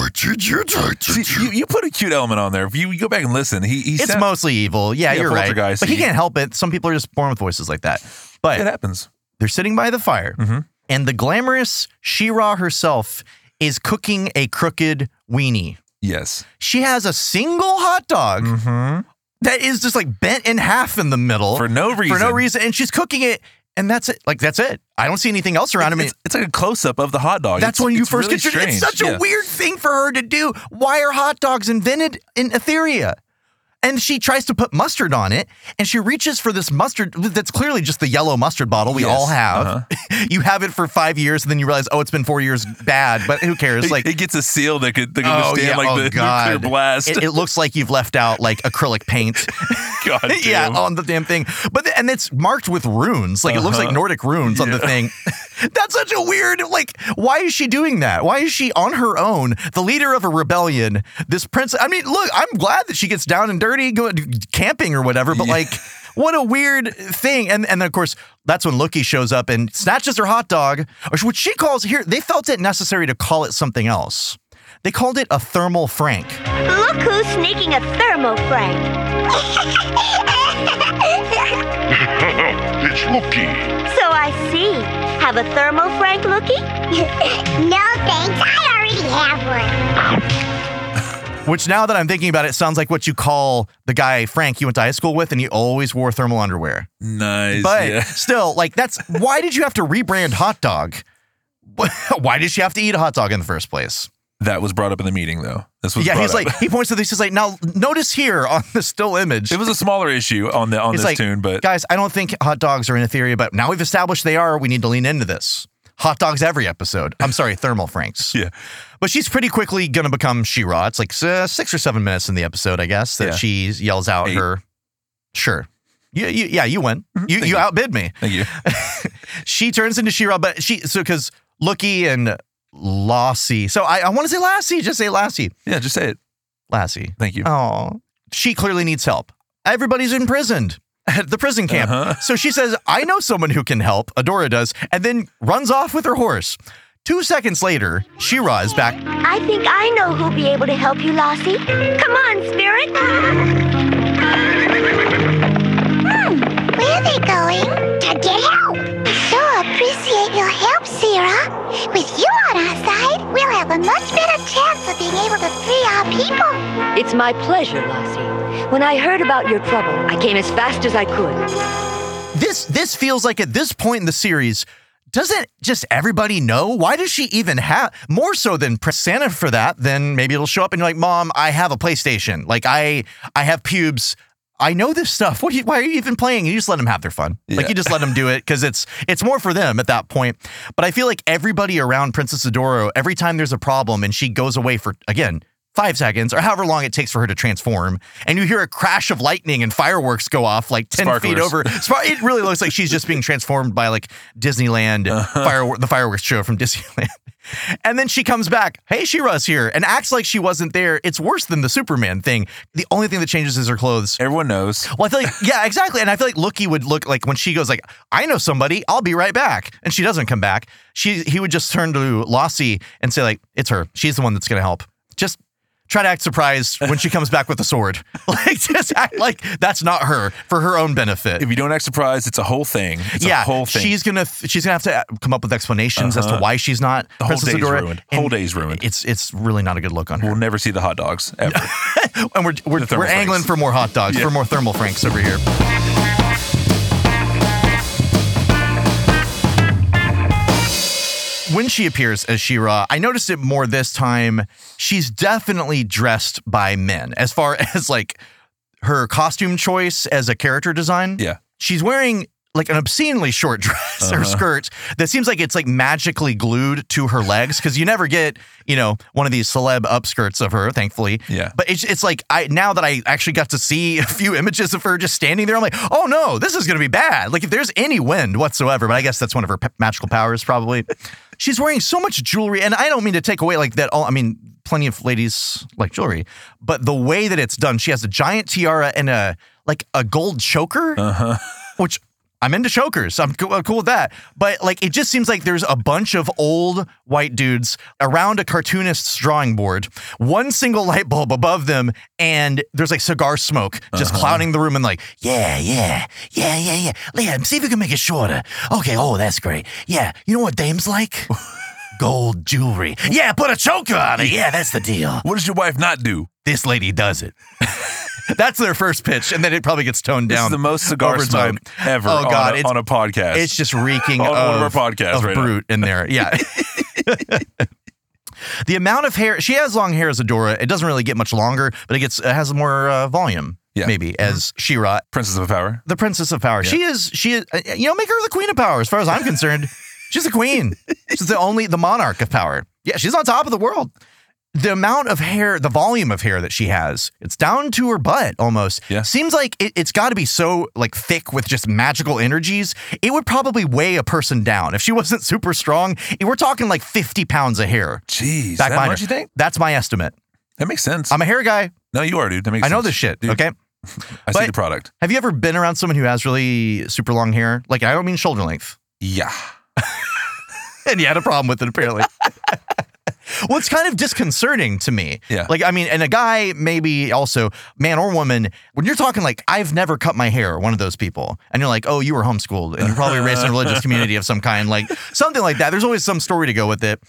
[SPEAKER 4] What did you
[SPEAKER 2] See, you, you put a cute element on there. If you, you go back and listen, he, he
[SPEAKER 1] it's
[SPEAKER 2] sound-
[SPEAKER 1] mostly evil. Yeah,
[SPEAKER 2] Yeah,
[SPEAKER 1] you're right.
[SPEAKER 2] poltergeist.
[SPEAKER 1] But he can't help it. Some people are just born with voices like that. But
[SPEAKER 2] it happens.
[SPEAKER 1] They're sitting by the fire,
[SPEAKER 2] Mhm.
[SPEAKER 1] and the glamorous Shira herself is cooking a crooked weenie.
[SPEAKER 2] Yes.
[SPEAKER 1] She has a single hot dog
[SPEAKER 2] Mm-hmm.
[SPEAKER 1] that is just like bent in half in the middle
[SPEAKER 2] For no reason.
[SPEAKER 1] for no reason, and she's cooking it, and that's it. Like that's it. I don't see anything else around. I mean,
[SPEAKER 2] it's, it's like a close up of the hot dog.
[SPEAKER 1] that's
[SPEAKER 2] It's-
[SPEAKER 1] when you
[SPEAKER 2] it's
[SPEAKER 1] first
[SPEAKER 2] really
[SPEAKER 1] get your. It's
[SPEAKER 2] strange.
[SPEAKER 1] such
[SPEAKER 2] Yeah.
[SPEAKER 1] a weird thing for her to do. Why are hot dogs invented in Etheria? And she tries to put mustard on it, and she reaches for this mustard that's clearly just the yellow mustard bottle we
[SPEAKER 2] Yes.
[SPEAKER 1] all have.
[SPEAKER 2] Uh-huh.
[SPEAKER 1] (laughs) you have it for five years, and then you realize, oh, it's been four years bad, but who cares?
[SPEAKER 2] (laughs) It-
[SPEAKER 1] Like,
[SPEAKER 2] it, gets a seal that could, that could
[SPEAKER 1] Oh,
[SPEAKER 2] withstand
[SPEAKER 1] yeah.
[SPEAKER 2] Oh, like
[SPEAKER 1] Oh,
[SPEAKER 2] the (laughs)
[SPEAKER 1] God.
[SPEAKER 2] nuclear blast. (laughs)
[SPEAKER 1] it, it looks like you've left out like acrylic paint.
[SPEAKER 2] God
[SPEAKER 1] (laughs) yeah,
[SPEAKER 2] damn.
[SPEAKER 1] on the damn thing. But th- and it's marked with runes. Like it looks like
[SPEAKER 2] Uh-huh.
[SPEAKER 1] Nordic runes on the thing. (laughs) That's such a weird. Like, why is she doing that? Why is she on her own, the leader of a rebellion? This prince. I mean, look, I'm glad that she gets down and dirty, go camping or whatever. But
[SPEAKER 2] Yeah.
[SPEAKER 1] like. What a weird thing. And and then of course, that's when Loki shows up and snatches her hot dog, or which she calls here, they felt it necessary to call it something else. They called it a thermal frank.
[SPEAKER 5] Look who's sneaking a thermo flame.
[SPEAKER 4] it's Loki.
[SPEAKER 5] So I see. Have a thermo frank looky? (laughs) no thanks. I already have one.
[SPEAKER 1] Which now that I'm thinking about it, sounds like what you call the guy Frank you went to high school with, and he always wore thermal underwear.
[SPEAKER 2] Nice.
[SPEAKER 1] But
[SPEAKER 2] (laughs) yeah.
[SPEAKER 1] still, like that's why did you have to rebrand hot dog? (laughs) Why did she have to eat a hot dog in the first place?
[SPEAKER 2] That was brought up in the meeting, though. This was
[SPEAKER 1] yeah,
[SPEAKER 2] brought
[SPEAKER 1] he's
[SPEAKER 2] up.
[SPEAKER 1] like he points to this. He's like, now notice here on the still image.
[SPEAKER 2] (laughs) It was a smaller issue on the on
[SPEAKER 1] He's
[SPEAKER 2] this
[SPEAKER 1] like,
[SPEAKER 2] tune, but
[SPEAKER 1] guys, I don't think hot dogs are in Etheria, but now we've established they are. We need to lean into this. Hot dogs every episode. I'm sorry, thermal franks.
[SPEAKER 2] Yeah.
[SPEAKER 1] But she's pretty quickly going to become She-Ra. It's like uh, six or seven minutes in the episode, I guess, that
[SPEAKER 2] Yeah.
[SPEAKER 1] she yells out
[SPEAKER 2] Eight. Mm-hmm.
[SPEAKER 1] her. Sure. You, you, yeah, you win. You,
[SPEAKER 2] thank
[SPEAKER 1] you
[SPEAKER 2] you.
[SPEAKER 1] outbid me. (laughs)
[SPEAKER 2] thank you.
[SPEAKER 1] She turns into She-Ra, but she, so because Lookie and Lassie. So I, I want to say Lassie, just say Lassie.
[SPEAKER 2] Yeah, just say it.
[SPEAKER 1] Lassie.
[SPEAKER 2] Thank you.
[SPEAKER 1] Oh. She clearly needs help. Everybody's imprisoned (laughs) at the prison camp.
[SPEAKER 2] Uh-huh.
[SPEAKER 1] So she says, I know someone who can help. Adora does, and then runs off with her horse. Two seconds later, She-Ra is back
[SPEAKER 5] I think I know who'll be able to help you, Lassie. Come on, Spirit.
[SPEAKER 6] Hmm, Where are they going? To get help. I so appreciate your help, Sierra. With you on our side, we'll have a much better chance of being able to free our people.
[SPEAKER 5] It's my pleasure, Lassie. When I heard about your trouble, I came as fast as I could.
[SPEAKER 1] this this feels like at this point in the series doesn't just everybody know why does she even have more so than Prasanna for that then maybe it'll show up and you're like mom i have a playstation like i i have pubes i know this stuff what are you, why are you even playing you just let them have their fun like
[SPEAKER 2] Yeah.
[SPEAKER 1] you just let them do it because it's it's more for them at that point but i feel like everybody around princess adoro every time there's a problem and she goes away for again five seconds or however long it takes for her to transform and you hear a crash of lightning and fireworks go off like 10 feet
[SPEAKER 2] Sparklers.
[SPEAKER 1] over Spar- it really looks like she's just being transformed by like Disneyland firework, the fireworks show from Disneyland. And then she comes back. Hey, She-Ra's here, and acts like she wasn't there. It's worse than the Superman thing. The only thing that changes is her clothes.
[SPEAKER 2] Everyone knows.
[SPEAKER 1] Well, I feel like yeah, exactly. And I feel like Lookie would look like when she goes like, "I know somebody. I'll be right back," and she doesn't come back. She he would just turn to Lossie and say like, "It's her. She's the one that's gonna help." Just try to act surprised when she comes back with a sword. (laughs) Like just act like that's not her for her own benefit
[SPEAKER 2] If you don't act surprised, it's a whole thing. It's
[SPEAKER 1] yeah,
[SPEAKER 2] a whole thing. Uh-huh.
[SPEAKER 1] she's gonna she's gonna have to uh, come up with explanations as to why she's not
[SPEAKER 2] the whole
[SPEAKER 1] Princess
[SPEAKER 2] day's
[SPEAKER 1] Adora.
[SPEAKER 2] ruined.
[SPEAKER 1] and
[SPEAKER 2] Whole day's ruined.
[SPEAKER 1] It's it's really not a good look on her.
[SPEAKER 2] We'll never see the hot dogs ever.
[SPEAKER 1] And we're we're,
[SPEAKER 2] thermal
[SPEAKER 1] we're angling
[SPEAKER 2] franks.
[SPEAKER 1] for more hot dogs, for more thermal franks over here. When she appears as She-Ra, I noticed it more this time. She's definitely dressed by men (laughs) as far as like her costume choice as a character design.
[SPEAKER 2] yeah.
[SPEAKER 1] She's wearing like an obscenely short (laughs) dress or skirt that seems like it's like magically glued to her legs because you never get you know one of these celeb upskirts of her thankfully
[SPEAKER 2] Yeah.
[SPEAKER 1] but it's, it's like i now that i actually got to see (laughs) a few images of her just standing there i'm like oh no this is gonna be bad like if there's any wind whatsoever but i guess that's one of her pe- magical powers probably she's wearing so much jewelry and i don't mean to take away like that all i mean plenty of ladies like jewelry but the way that it's done she has a giant tiara and a like a gold choker which I'm into chokers. I'm cool, I'm cool with that. But like, it just seems like there's a bunch of old white dudes around a cartoonist's drawing board, one single light bulb above them, and there's like cigar smoke just clouding the room and like, yeah, yeah, yeah, yeah, yeah. Yeah, see if you can make it shorter. Okay, oh, that's great. Yeah, you know what dames (laughs) like? Gold jewelry. Yeah, put a choker on it. Yeah, that's the deal.
[SPEAKER 2] What does your wife not do?
[SPEAKER 1] This lady does it. (laughs) That's their first pitch, and then it probably gets toned
[SPEAKER 2] This
[SPEAKER 1] down.
[SPEAKER 2] is the most cigar
[SPEAKER 1] over time.
[SPEAKER 2] smoke ever
[SPEAKER 1] Oh, God,
[SPEAKER 2] on, a,
[SPEAKER 1] it's-
[SPEAKER 2] on a podcast.
[SPEAKER 1] It's just reeking
[SPEAKER 2] On
[SPEAKER 1] of,
[SPEAKER 2] one of our podcasts
[SPEAKER 1] of
[SPEAKER 2] right now.
[SPEAKER 1] brute in there. Yeah. (laughs) the amount of hair she has long hair as Adora. It doesn't really get much longer, but it gets it has more uh, volume.
[SPEAKER 2] Yeah. Mm-hmm.
[SPEAKER 1] Maybe as Shira,
[SPEAKER 2] Princess of Power.
[SPEAKER 1] the princess of power. She is. She is. uh, You know, make her the queen of power. As far as I'm concerned, she's the queen. She's the only the monarch of power. Yeah, she's on top of the world. The amount of hair, the volume of hair that she has, it's down to her butt almost.
[SPEAKER 2] Yeah.
[SPEAKER 1] Seems like it, it's got to be so like thick with just magical energies. It would probably weigh a person down if she wasn't super strong. We're talking like 50 pounds of hair.
[SPEAKER 2] Jeez,
[SPEAKER 1] Back
[SPEAKER 2] that
[SPEAKER 1] behind
[SPEAKER 2] much
[SPEAKER 1] her.
[SPEAKER 2] you think?
[SPEAKER 1] That's my estimate.
[SPEAKER 2] That makes sense.
[SPEAKER 1] I'm a hair guy.
[SPEAKER 2] no, you are, dude. That makes
[SPEAKER 1] I know
[SPEAKER 2] sense.
[SPEAKER 1] this shit.
[SPEAKER 2] Dude,
[SPEAKER 1] Okay.
[SPEAKER 2] I see
[SPEAKER 1] but-
[SPEAKER 2] the product.
[SPEAKER 1] Have you ever been around someone who has really super long hair? Like I don't mean shoulder length. (laughs)
[SPEAKER 2] Yeah.
[SPEAKER 1] and he had a problem with it apparently. (laughs) well, it's kind of disconcerting to me.
[SPEAKER 2] Yeah.
[SPEAKER 1] Like, I mean, and a guy maybe also, man or woman, when you're talking like, I've never cut my hair, one of those people, and you're like, oh, you were homeschooled and you're probably raised in a religious community of some kind, like something like that. There's always some story to go with it.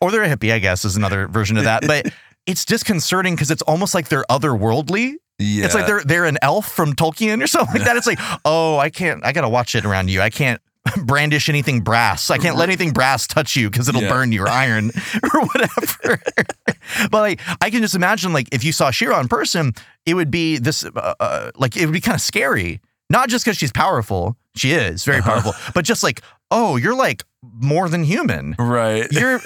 [SPEAKER 1] Or they're a hippie, I guess, is another version of that. But it's disconcerting because it's almost like they're otherworldly.
[SPEAKER 2] Yeah.
[SPEAKER 1] It's like they're they're an elf from Tolkien or something like that. It's like,
[SPEAKER 2] (laughs)
[SPEAKER 1] oh, I can't. I gotta watch it around you. I can't (laughs) brandish anything brass. I can't let anything brass touch you because it'll
[SPEAKER 2] Yeah.
[SPEAKER 1] burn you or
[SPEAKER 2] (laughs)
[SPEAKER 1] iron or whatever. but like, I can just imagine like if you saw Shira in person, it would be this uh, uh, like it would be kind of scary. Not just because she's powerful, she is very
[SPEAKER 2] Uh-huh.
[SPEAKER 1] powerful, but just like, oh, you're like more than human.
[SPEAKER 2] right.
[SPEAKER 1] You're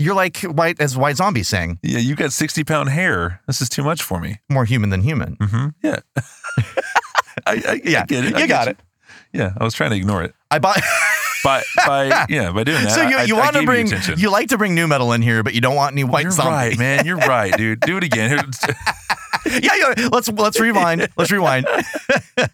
[SPEAKER 1] you're like white as white zombie saying
[SPEAKER 2] (laughs) yeah, you got 60 pound hair. This is too much for me.
[SPEAKER 1] more human than human.
[SPEAKER 2] hmm Yeah. (laughs) I, I, I
[SPEAKER 1] Yeah,
[SPEAKER 2] get it. I
[SPEAKER 1] you
[SPEAKER 2] get
[SPEAKER 1] got it.
[SPEAKER 2] Yeah, I was trying to ignore it.
[SPEAKER 1] I bought.
[SPEAKER 2] By,
[SPEAKER 1] (laughs)
[SPEAKER 2] by yeah, by doing that.
[SPEAKER 1] So you,
[SPEAKER 2] I-
[SPEAKER 1] you
[SPEAKER 2] I
[SPEAKER 1] want
[SPEAKER 2] gave
[SPEAKER 1] to bring you,
[SPEAKER 2] attention.
[SPEAKER 1] like to bring new metal in here, but you don't want any white
[SPEAKER 2] You're
[SPEAKER 1] zombie.
[SPEAKER 2] right, man. You're right, dude. Do it again. (laughs) Here-
[SPEAKER 1] (laughs) yeah, yeah. Let's let's rewind. Let's rewind.
[SPEAKER 2] (laughs)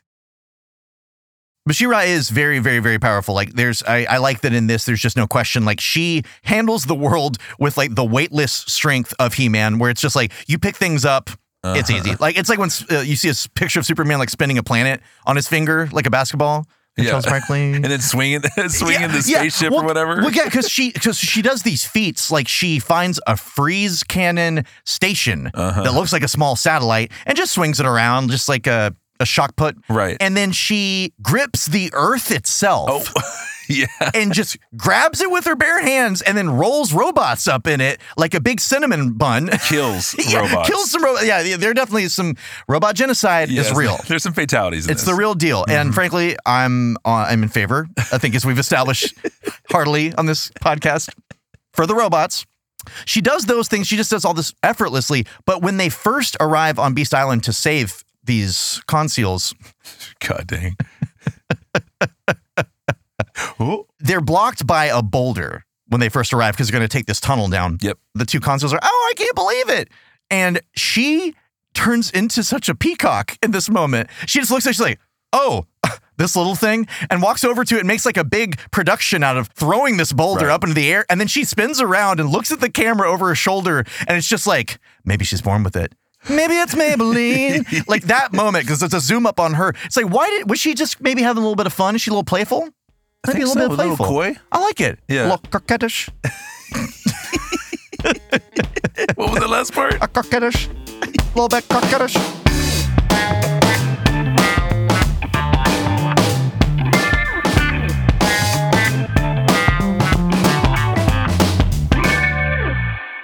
[SPEAKER 1] Bashira is very, very, very powerful. Like there's I, I like that in this, there's just no question. Like she handles the world with like the weightless strength of He-Man, where it's just like you pick things up. It's
[SPEAKER 2] Uh-huh.
[SPEAKER 1] easy. Like it's like when uh, you see a s- picture of Superman like spinning a planet on his finger like a basketball.
[SPEAKER 2] Yeah.
[SPEAKER 1] Yeah. Correctly.
[SPEAKER 2] (laughs) and then swinging, swinging the spaceship
[SPEAKER 1] well,
[SPEAKER 2] or whatever.
[SPEAKER 1] Well, yeah, because she because she does these feats like she finds a freeze cannon station
[SPEAKER 2] Uh-huh.
[SPEAKER 1] that looks like a small satellite and just swings it around just like a a shock put.
[SPEAKER 2] Right.
[SPEAKER 1] And then she grips the earth itself
[SPEAKER 2] oh, yeah.
[SPEAKER 1] (laughs) and just grabs it with her bare hands and then rolls robots up in it like a big cinnamon bun. (laughs)
[SPEAKER 2] Kills
[SPEAKER 1] yeah,
[SPEAKER 2] robots.
[SPEAKER 1] kills some robots. Yeah, there definitely is some robot genocide
[SPEAKER 2] Yes,
[SPEAKER 1] is real.
[SPEAKER 2] (laughs) There's some fatalities. In
[SPEAKER 1] It's
[SPEAKER 2] this.
[SPEAKER 1] the real deal, and frankly, I'm uh, I'm in favor. I think as we've established heartily on this podcast for the robots. She does those things. She just does all this effortlessly. But when they first arrive on Beast Island to save these conceals,
[SPEAKER 2] God dang. oh,
[SPEAKER 1] they're blocked by a boulder when they first arrive because they're going to take this tunnel down.
[SPEAKER 2] Yep.
[SPEAKER 1] The two consoles are, oh, I can't believe it. And she turns into such a peacock in this moment. She just looks at it, she's like, oh, (laughs) this little thing, and walks over to it and makes like a big production out of throwing this boulder
[SPEAKER 2] Right.
[SPEAKER 1] up into the air. And then she spins around and looks at the camera over her shoulder. And it's just like, maybe she's born with it. Maybe it's
[SPEAKER 2] (laughs)
[SPEAKER 1] Maybelline. like that moment, because it's a zoom up on her. It's like, why did, was she just maybe having a little bit of fun? Is she a little playful?
[SPEAKER 2] I
[SPEAKER 1] Maybe
[SPEAKER 2] think
[SPEAKER 1] a little
[SPEAKER 2] so,
[SPEAKER 1] bit
[SPEAKER 2] a little
[SPEAKER 1] playful.
[SPEAKER 2] coy.
[SPEAKER 1] I like it.
[SPEAKER 2] Yeah.
[SPEAKER 1] A little coquettish.
[SPEAKER 2] what was the
[SPEAKER 1] (laughs)
[SPEAKER 2] last part?
[SPEAKER 1] A coquettish. A little bit coquettish.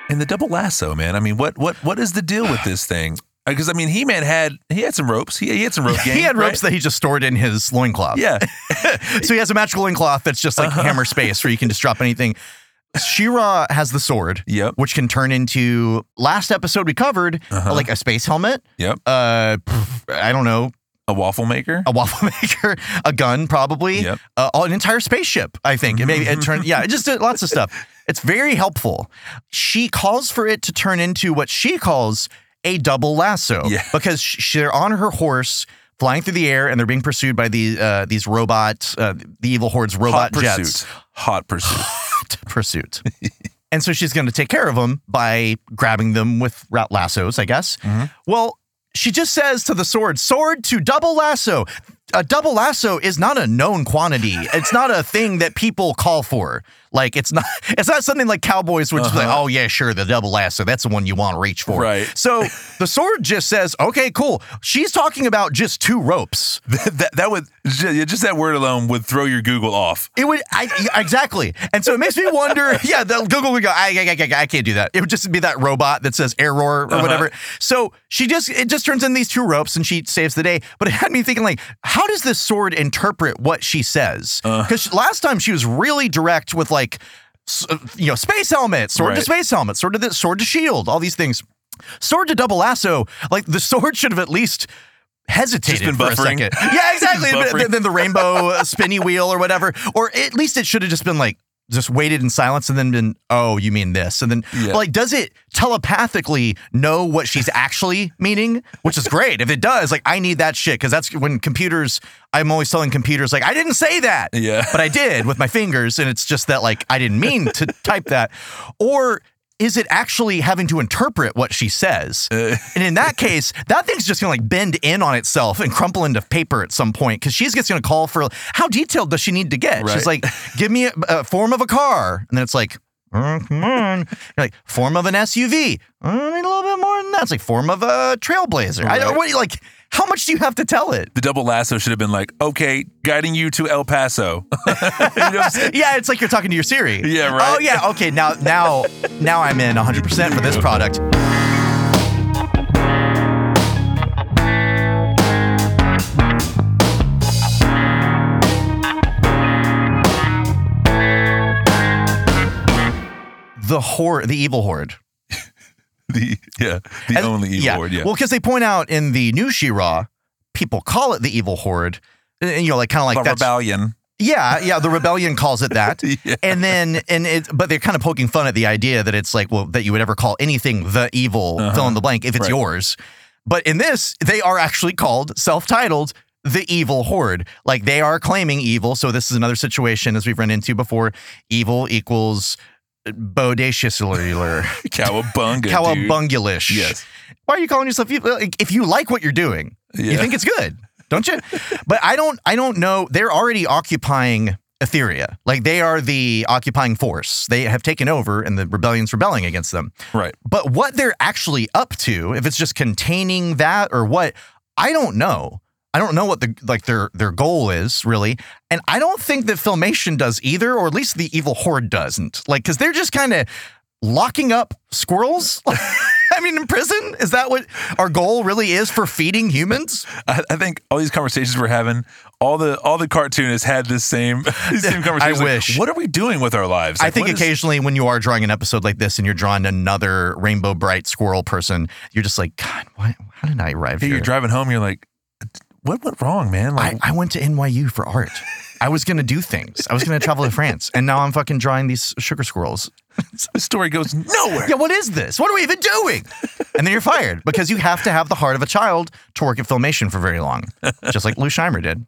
[SPEAKER 2] And the double lasso, man. I mean, what what what is the deal with this thing? Because I mean, He Man had he had some ropes. He, he had some rope
[SPEAKER 1] (laughs)
[SPEAKER 2] game.
[SPEAKER 1] He had ropes
[SPEAKER 2] right?
[SPEAKER 1] that he just stored in his loincloth.
[SPEAKER 2] Yeah, Uh-huh.
[SPEAKER 1] So he has a magical loincloth that's just like hammer space where you can just drop anything. Shira has the sword,
[SPEAKER 2] Yep.
[SPEAKER 1] which can turn into last episode we covered,
[SPEAKER 2] Uh-huh.
[SPEAKER 1] like a space helmet.
[SPEAKER 2] Yep.
[SPEAKER 1] Uh, pff, I don't know,
[SPEAKER 2] a waffle maker.
[SPEAKER 1] a waffle (laughs) maker, a gun probably,
[SPEAKER 2] Yep.
[SPEAKER 1] uh, an entire spaceship. I think it maybe
[SPEAKER 2] (laughs)
[SPEAKER 1] it turned. Yeah, it just did lots of stuff. It's very helpful. She calls for it to turn into what she calls a double lasso
[SPEAKER 2] Yeah.
[SPEAKER 1] because sh- they're on her horse. Flying through the air, and they're being pursued by the uh, these robot, uh, the evil horde's robot
[SPEAKER 2] Hot pursuit.
[SPEAKER 1] jets (sighs)
[SPEAKER 2] Hot pursuit. (laughs)
[SPEAKER 1] pursuit. and so she's going to take care of them by grabbing them with ra- lassos, I guess. Well, she just says to the sword, sword to double lasso. A double lasso is not a known quantity. It's not a thing that people call for. Like it's not (laughs) it's not something like cowboys would just be like, oh yeah, sure, the double lasso. That's the one you want to reach for.
[SPEAKER 2] Right.
[SPEAKER 1] So the sword just says, okay, cool. She's talking about just two ropes.
[SPEAKER 2] that, that that would ju- just that word alone would throw your Google off.
[SPEAKER 1] It would I, yeah, exactly, and so it makes me wonder. (laughs) Yeah, the Google would go. I, I, I, I can't do that. It would just be that robot that says error or
[SPEAKER 2] Uh-huh.
[SPEAKER 1] whatever. So she just it just turns in these two ropes and she saves the day. But it had me thinking like, how does this sword interpret what she says?
[SPEAKER 2] Uh.
[SPEAKER 1] Because last time she was really direct with like, s- uh, you know, space helmet, sword to
[SPEAKER 2] Right.
[SPEAKER 1] space helmet, sword to this, sword to shield, all these things. Sword to double lasso, like the (laughs) sword should have at least hesitated
[SPEAKER 2] been
[SPEAKER 1] for a
[SPEAKER 2] buffering.
[SPEAKER 1] second. Yeah,
[SPEAKER 2] (laughs)
[SPEAKER 1] exactly.
[SPEAKER 2] Buffering.
[SPEAKER 1] Th- than the rainbow uh, spinny wheel or whatever. Or at least it should have just been like just waited in silence and then been, oh, you mean this. And then
[SPEAKER 2] Yeah.
[SPEAKER 1] like, does it telepathically know what she's actually meaning? Which is great. if it does, like I need that shit. Cause that's when computers I'm always telling computers like I didn't say that.
[SPEAKER 2] Yeah.
[SPEAKER 1] (laughs) But I did with my fingers. And it's just that like I didn't mean
[SPEAKER 2] (laughs)
[SPEAKER 1] to type that. Or is it actually having to interpret what she says?
[SPEAKER 2] Uh.
[SPEAKER 1] And in that case, that thing's just gonna like bend in on itself and crumple into paper at some point because she's just gonna call for how detailed does she need to get? She's like,
[SPEAKER 2] Right.
[SPEAKER 1] give me a, a form of a car, and then it's like, "Mm, come on, You're like form of an SUV. "Mm, I need a little bit more than that. It's like form of a Trailblazer. I don't
[SPEAKER 2] Right.
[SPEAKER 1] what do you- like. How much do you have to tell it?
[SPEAKER 2] (laughs) The double lasso should have been like, okay, guiding you to El Paso. (laughs) You know what
[SPEAKER 1] (laughs)
[SPEAKER 2] I'm saying?
[SPEAKER 1] Yeah, it's like you're talking to your Siri.
[SPEAKER 2] Yeah, right.
[SPEAKER 1] Oh yeah, okay. Now, now, now I'm in 100 percent for this product. The horde, the evil horde.
[SPEAKER 2] the yeah, the
[SPEAKER 1] And-
[SPEAKER 2] only evil word. Yeah,
[SPEAKER 1] Well, because they point out in the new She-Ra, people call it the evil horde. And, you know, like kind of like
[SPEAKER 2] But
[SPEAKER 1] that's
[SPEAKER 2] rebellion. (laughs)
[SPEAKER 1] yeah, yeah. The rebellion calls it that,
[SPEAKER 2] Yeah.
[SPEAKER 1] and then and it, but they're kind of poking fun at the idea that it's like, well, that you would ever call anything the evil fill in the blank if it's
[SPEAKER 2] Uh-huh. Right.
[SPEAKER 1] yours. But in this, they are actually called self-titled the evil horde. Like they are claiming evil. So this is another situation as we've run into before. Evil equals uh, bodacious
[SPEAKER 2] (laughs) Cowabunga. dude.
[SPEAKER 1] cowabungulish.
[SPEAKER 2] Yes.
[SPEAKER 1] Why are you calling yourself evil? Like, If you like what you're doing, you
[SPEAKER 2] Yeah.
[SPEAKER 1] think it's good, don't you? but I don't. I don't know. They're already occupying Etheria. Like they are the occupying force. They have taken over, and the rebellion's rebelling against them.
[SPEAKER 2] Right.
[SPEAKER 1] But what they're actually up to, if it's just containing that or what, I don't know. I don't know what the like their their goal is really, and I don't think that Filmation does either, or at least the Evil Horde doesn't. Like, because they're just kind of locking up squirrels. (laughs) I mean, in prison is that what our goal really is for feeding humans?
[SPEAKER 2] I, I think all these conversations we're having, all the all the cartoonists had this same (laughs) same conversation. Like,
[SPEAKER 1] wish.
[SPEAKER 2] what are we doing with our lives?
[SPEAKER 1] I
[SPEAKER 2] Like,
[SPEAKER 1] think
[SPEAKER 2] what is-
[SPEAKER 1] occasionally when you are drawing an episode like this and you're drawing another rainbow bright squirrel person, you're just like, God, why, how did I arrive
[SPEAKER 2] hey,
[SPEAKER 1] here?
[SPEAKER 2] you're driving home. You're like, what went wrong, man? Like,
[SPEAKER 1] I, I went to NYU for art. I was gonna do things. I was gonna travel to France, and now I'm fucking drawing these sugar squirrels.
[SPEAKER 2] (laughs) the story goes (laughs) nowhere.
[SPEAKER 1] Yeah, what is this? What are we even doing? And then you're fired because you have to have the heart of a child to work at Filmation for very long, just like Lou Scheimer did.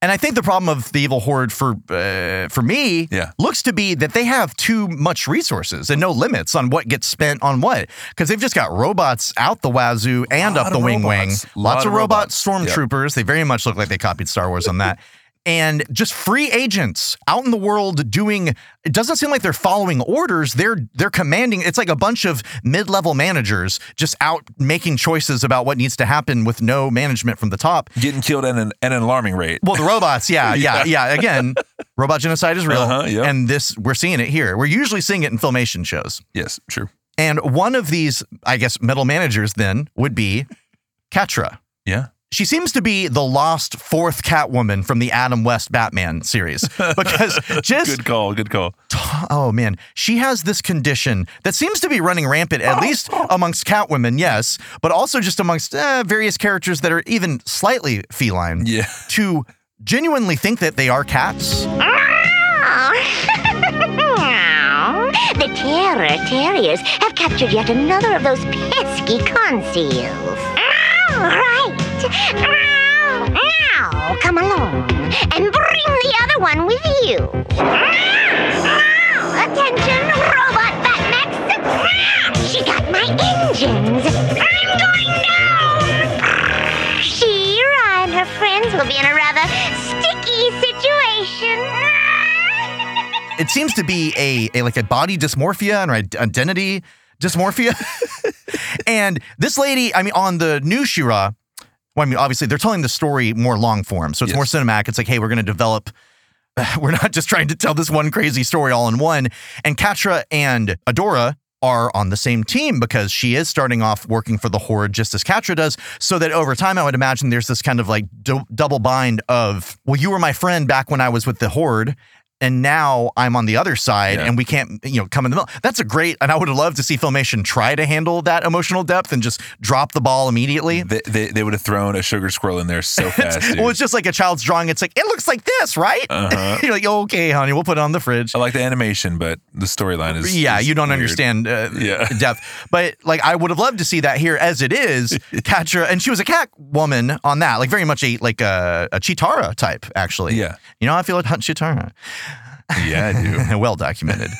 [SPEAKER 1] And I think the problem of the evil horde for uh, for me
[SPEAKER 2] Yeah.
[SPEAKER 1] looks to be that they have too much resources and no limits on what gets spent on what because they've just got robots out the wazoo and
[SPEAKER 2] Lot
[SPEAKER 1] up the
[SPEAKER 2] of
[SPEAKER 1] wing wing,
[SPEAKER 2] robots. Lot
[SPEAKER 1] lots of
[SPEAKER 2] of
[SPEAKER 1] robot
[SPEAKER 2] robots.
[SPEAKER 1] stormtroopers. They very much look like they copied Star Wars on
[SPEAKER 2] (laughs)
[SPEAKER 1] that. And just free agents out in the world doing it doesn't seem like they're following orders. They're they're commanding it's like a bunch of mid-level managers just out making choices about what needs to happen with no management from the top.
[SPEAKER 2] Getting killed at an, at an alarming rate.
[SPEAKER 1] Well, the robots,
[SPEAKER 2] (laughs)
[SPEAKER 1] yeah, yeah, yeah. Again, robot genocide is real,
[SPEAKER 2] Uh-huh, yeah.
[SPEAKER 1] and this we're seeing it here. We're usually seeing it in filmation shows,
[SPEAKER 2] yes, true.
[SPEAKER 1] And one of these, I guess, metal managers then would be Ketra.
[SPEAKER 2] Yeah.
[SPEAKER 1] She seems to be the lost fourth Catwoman from the Adam West Batman
[SPEAKER 2] (laughs)
[SPEAKER 1] series because just
[SPEAKER 2] Good call. Good call.
[SPEAKER 1] oh man, she has this condition that seems to be running rampant, at least amongst Catwomen, yes, but also just amongst eh, various characters that are even slightly feline
[SPEAKER 2] Yeah.
[SPEAKER 1] to genuinely think that they are cats.
[SPEAKER 6] (laughs)
[SPEAKER 5] the terror terriers have captured yet another of those pesky conceals.
[SPEAKER 6] Right. Now, now, come along and bring the other one with you. Now, attention, Robot Batmax. She got my engines. I'm going down. She-Ra and her friends will be in a rather sticky (laughs) situation.
[SPEAKER 1] It seems to be a, a like a body dysmorphia and ide- identity dysmorphia. (laughs) and this lady, I mean, on the new Shira, well, I mean, obviously they're telling the story more long form, so it's
[SPEAKER 2] Yes.
[SPEAKER 1] more cinematic. It's like, hey, we're going to develop. (laughs) We're not just trying to tell this one crazy story all in one. And Katra and Adora are on the same team because she is starting off working for the Horde just as Katra does. So that over time, I would imagine there's this kind of like dou- double bind of, well, you were my friend back when I was with the Horde. And now I'm on the other side,
[SPEAKER 2] Yeah.
[SPEAKER 1] and we can't, you know, come in the middle. That's a great, and I would love to see Filmation try to handle that emotional depth and just drop the ball immediately.
[SPEAKER 2] (laughs) They, they, they would have thrown a sugar squirrel in there (laughs) so fast. dude.
[SPEAKER 1] Well, it's just like a child's drawing. It's like, it looks like this, right?
[SPEAKER 2] Uh-huh.
[SPEAKER 1] (laughs) You're like, okay, honey, we'll put it on the fridge.
[SPEAKER 2] I like the animation, but the storyline is
[SPEAKER 1] yeah,
[SPEAKER 2] is
[SPEAKER 1] you don't
[SPEAKER 2] weird.
[SPEAKER 1] understand uh,
[SPEAKER 2] Yeah.
[SPEAKER 1] (laughs) depth. But like, I would have loved to see that here as it
[SPEAKER 2] (laughs)
[SPEAKER 1] is. Katra, and she was a cat woman on that, like very much a like a, a Chitara type, actually.
[SPEAKER 2] Yeah,
[SPEAKER 1] You know, how I feel like Hunt Chitara.
[SPEAKER 2] yeah, I (laughs)
[SPEAKER 1] (laughs)
[SPEAKER 2] do.
[SPEAKER 1] well documented.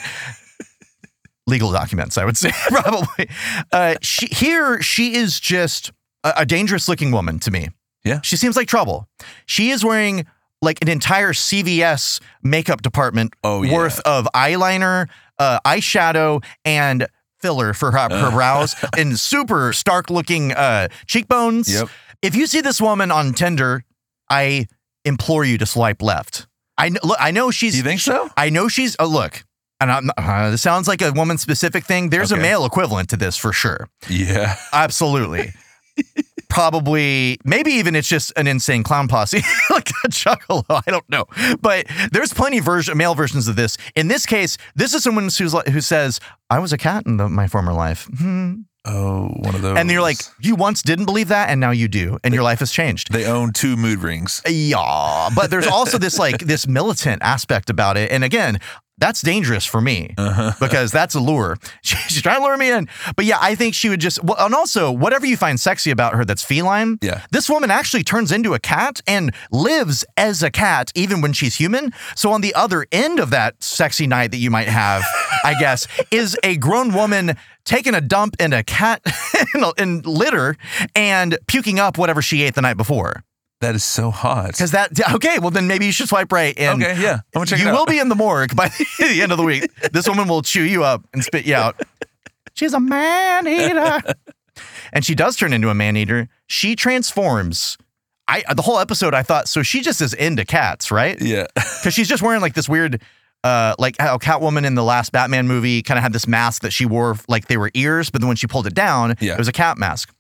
[SPEAKER 1] Legal documents, I would say, (laughs) probably. Uh, she, here, she is just a, a dangerous looking woman to me.
[SPEAKER 2] Yeah.
[SPEAKER 1] She seems like trouble. She is wearing like an entire CVS makeup department
[SPEAKER 2] Oh, yeah.
[SPEAKER 1] worth of eyeliner, uh, eyeshadow, and filler for her,
[SPEAKER 2] Uh.
[SPEAKER 1] her
[SPEAKER 2] (laughs)
[SPEAKER 1] brows and super stark looking uh, cheekbones.
[SPEAKER 2] Yep.
[SPEAKER 1] If you see this woman on Tinder, I implore you to swipe left. I know, look, I know she's.
[SPEAKER 2] Do you think (laughs) so?
[SPEAKER 1] I know she's a look, and I'm, uh, this sounds like a woman specific thing. There's a
[SPEAKER 2] Okay.
[SPEAKER 1] male equivalent to this for sure.
[SPEAKER 2] Yeah,
[SPEAKER 1] Absolutely. (laughs) Probably, maybe even it's just an insane clown posse, (laughs) like a juggalo. I don't know, but there's plenty of version, male versions of this. In this case, this is someone who's like, who says, "I was a cat in the, my former life," Hmm.
[SPEAKER 2] Oh, one of those.
[SPEAKER 1] and you're like, "You once didn't believe that, and now you do, and your life has changed."
[SPEAKER 2] they own two mood rings.
[SPEAKER 1] Yeah, but there's also this like this militant aspect about it, and again, that's dangerous for me because that's a lure. (laughs) She, she's trying to lure me in, but yeah, I think she would just. Well, and also, whatever you find sexy about her, that's feline.
[SPEAKER 2] Yeah.
[SPEAKER 1] this woman actually turns into a cat and lives as a cat even when she's human. So on the other end of that sexy night that you might have, I guess, is a grown woman taking a dump in a cat (laughs) in, a- in litter and puking up whatever she ate the night before.
[SPEAKER 2] That is so hot.
[SPEAKER 1] Because that okay, well then maybe you should swipe right and
[SPEAKER 2] Okay, yeah, I'm gonna check
[SPEAKER 1] you
[SPEAKER 2] it out.
[SPEAKER 1] will be in the morgue by (laughs) the end of the
[SPEAKER 2] (laughs)
[SPEAKER 1] week. This woman will chew you up and spit you out. She's a man eater,
[SPEAKER 2] (laughs)
[SPEAKER 1] and she does turn into a man eater. She transforms. I the whole episode I thought so she just is into cats, right?
[SPEAKER 2] Yeah, (laughs)
[SPEAKER 1] because she's just wearing like this weird, uh, like how Catwoman in the last Batman movie kind of had this mask that she wore like they were ears, but then when she pulled it down,
[SPEAKER 2] Yeah.
[SPEAKER 1] it was a cat mask.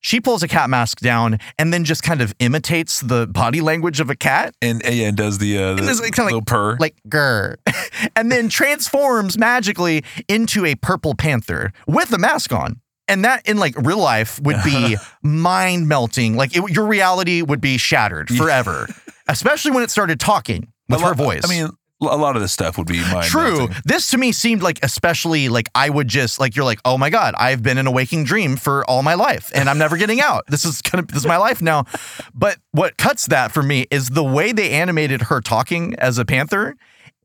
[SPEAKER 1] She pulls a cat mask down and then just kind of imitates the body language of a cat,
[SPEAKER 2] and and, yeah, and does the, uh, the
[SPEAKER 1] does, like, kinda
[SPEAKER 2] little purr?
[SPEAKER 1] like grr, (laughs) and then transforms magically into a purple panther with a mask on. And that in like real life would
[SPEAKER 2] (laughs)
[SPEAKER 1] be mind melting. Like it, your reality would be shattered forever, especially when it started talking with
[SPEAKER 2] A lo-
[SPEAKER 1] her voice.
[SPEAKER 2] I mean, a lot of this stuff would be mine.
[SPEAKER 1] True. This to me seemed like especially like I would just like you're like, "Oh my god, I've been in a waking dream for all my life and I'm never getting out. This is going to this is my life now." But what cuts that for me is the way they animated her talking as a panther.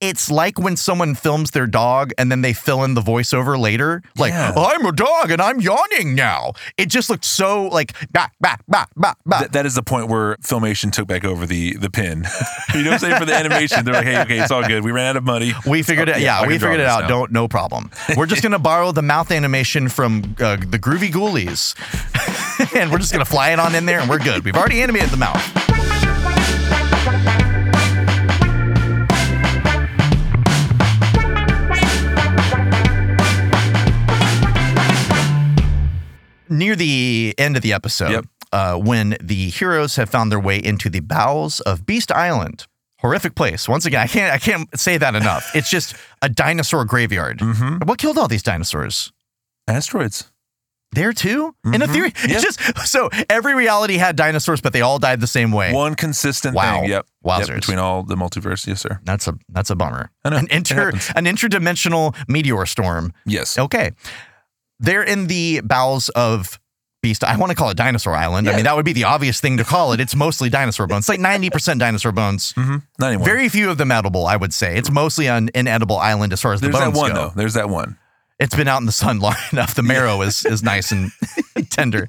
[SPEAKER 1] It's like when someone films their dog and then they fill in the voiceover later, like
[SPEAKER 2] Yeah.
[SPEAKER 1] "I'm a dog and I'm yawning now." It just looked so like bah bah bah bah bah.
[SPEAKER 2] Th- that is the point where Filmation took back over the the pin. (laughs) you know what I'm saying? For the animation, they're like, "Hey, okay, it's all good. We ran out of money.
[SPEAKER 1] We figured it.
[SPEAKER 2] yeah, I
[SPEAKER 1] Yeah,
[SPEAKER 2] can
[SPEAKER 1] we
[SPEAKER 2] draw
[SPEAKER 1] figured it
[SPEAKER 2] this
[SPEAKER 1] out.
[SPEAKER 2] now.
[SPEAKER 1] Don't no problem. We're just gonna borrow the mouth animation from uh, the Groovy Ghoulies, (laughs) and we're just gonna fly it on in there, and we're good. We've already animated the mouth. near the end of the episode,
[SPEAKER 2] Yep.
[SPEAKER 1] uh, when the heroes have found their way into the bowels of Beast Island, horrific place. Once again, I can't I can't say that enough. It's just a dinosaur graveyard.
[SPEAKER 2] Mm-hmm.
[SPEAKER 1] What killed all these dinosaurs?
[SPEAKER 2] Asteroids.
[SPEAKER 1] There too, in a
[SPEAKER 2] Mhm.
[SPEAKER 1] theory, (laughs)
[SPEAKER 2] Yeah.
[SPEAKER 1] it's just so every reality had dinosaurs, but they all died the same way.
[SPEAKER 2] One consistent
[SPEAKER 1] Wow.
[SPEAKER 2] thing. Yep.
[SPEAKER 1] Wowzers.
[SPEAKER 2] Yep. Between all the multiverse. Yes, sir.
[SPEAKER 1] That's a that's a bummer.
[SPEAKER 2] I know.
[SPEAKER 1] An
[SPEAKER 2] It
[SPEAKER 1] inter
[SPEAKER 2] happens.
[SPEAKER 1] an interdimensional meteor storm
[SPEAKER 2] Yes.
[SPEAKER 1] Okay. They're in the bowels of Beast. I want to call it Dinosaur Island. I
[SPEAKER 2] Yeah.
[SPEAKER 1] mean, that would be the obvious thing to call it. It's mostly dinosaur bones, like 90% dinosaur bones.
[SPEAKER 2] hmm Not anymore.
[SPEAKER 1] Very few of them edible, I would say. It's mostly an inedible island as far as
[SPEAKER 2] There's
[SPEAKER 1] the
[SPEAKER 2] that
[SPEAKER 1] bones
[SPEAKER 2] one,
[SPEAKER 1] go.
[SPEAKER 2] though. There's that one.
[SPEAKER 1] It's been out in the sun (laughs) long enough. The marrow is, is nice and (laughs) tender.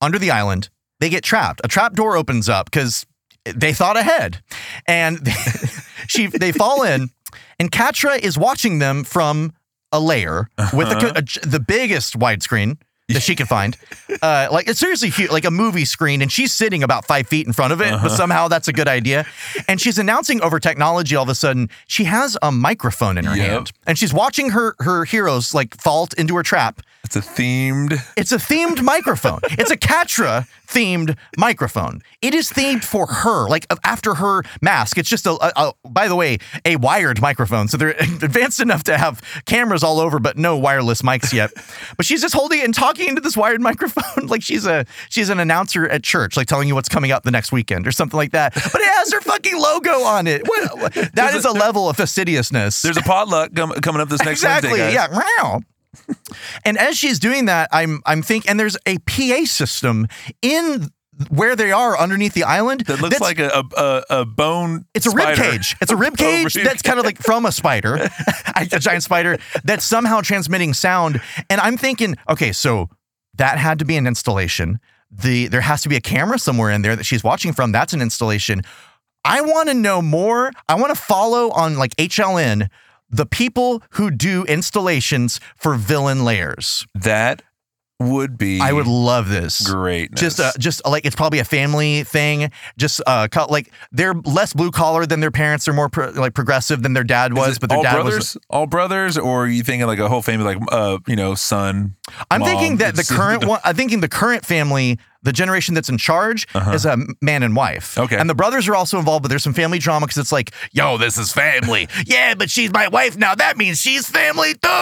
[SPEAKER 1] Under the island, they get trapped. A trap door opens up because they thought ahead. And (laughs) they- she, they fall in, and Katra is watching them from a layer with the, co- a j- the biggest widescreen that she could find. Uh, like, it's seriously huge, like a movie screen, and she's sitting about five feet in front of it, but somehow that's a good idea. And she's announcing over technology all of a sudden. She has a microphone in her
[SPEAKER 2] Yep.
[SPEAKER 1] hand, and she's watching her her heroes like fall into her trap.
[SPEAKER 2] It's a themed.
[SPEAKER 1] It's a themed microphone. It's a Katra themed microphone. It is themed for her, like uh, after her mask. It's just a, a, a- by the way, a wired microphone. So they're (laughs) advanced enough to have cameras all over, but no wireless mics yet. but she's just holding it and talking into this wired (laughs) microphone, like she's a she's an announcer at church, like telling you what's coming up the next weekend or something like that. But it has her fucking logo on it. What, what- that is a, level of fastidiousness
[SPEAKER 2] There's a potluck com- coming up this next
[SPEAKER 1] (laughs) exactly.
[SPEAKER 2] Wednesday, guys.
[SPEAKER 1] Yeah. Wow. and as she's doing that, I'm I'm think and there's a PA system in where they are underneath the island.
[SPEAKER 2] That looks
[SPEAKER 1] that's-
[SPEAKER 2] like a, a, a, a bone.
[SPEAKER 1] it's a rib
[SPEAKER 2] spider. Oh,
[SPEAKER 1] cage. It's a
[SPEAKER 2] (laughs)
[SPEAKER 1] rib cage
[SPEAKER 2] rib
[SPEAKER 1] that's kind of like from a spider,
[SPEAKER 2] (laughs)
[SPEAKER 1] (laughs) a giant spider that's somehow transmitting sound. And I'm thinking, okay, so that had to be an installation. The there has to be a camera somewhere in there that she's watching from. That's an installation. I want to know more. I want to follow on like HLN the people who do installations for villain layers.
[SPEAKER 2] That would be.
[SPEAKER 1] I would love this
[SPEAKER 2] Great.
[SPEAKER 1] just uh, just like it's probably a family thing. Just uh, co- like they're less blue collar than their parents. They're more pro- like progressive than their dad was, but their
[SPEAKER 2] all
[SPEAKER 1] dad
[SPEAKER 2] brothers,
[SPEAKER 1] was.
[SPEAKER 2] all brothers, or are you thinking like a whole family, like uh, you know, son?
[SPEAKER 1] I'm
[SPEAKER 2] mom,
[SPEAKER 1] thinking that the
[SPEAKER 2] it's-
[SPEAKER 1] current one. I'm thinking the current family, the generation that's in charge, is a man and wife.
[SPEAKER 2] Uh-huh. Okay.
[SPEAKER 1] and the brothers are also involved, but there's some family drama because it's like, yo, this is family. (laughs) yeah, but she's my wife now. That means she's family too.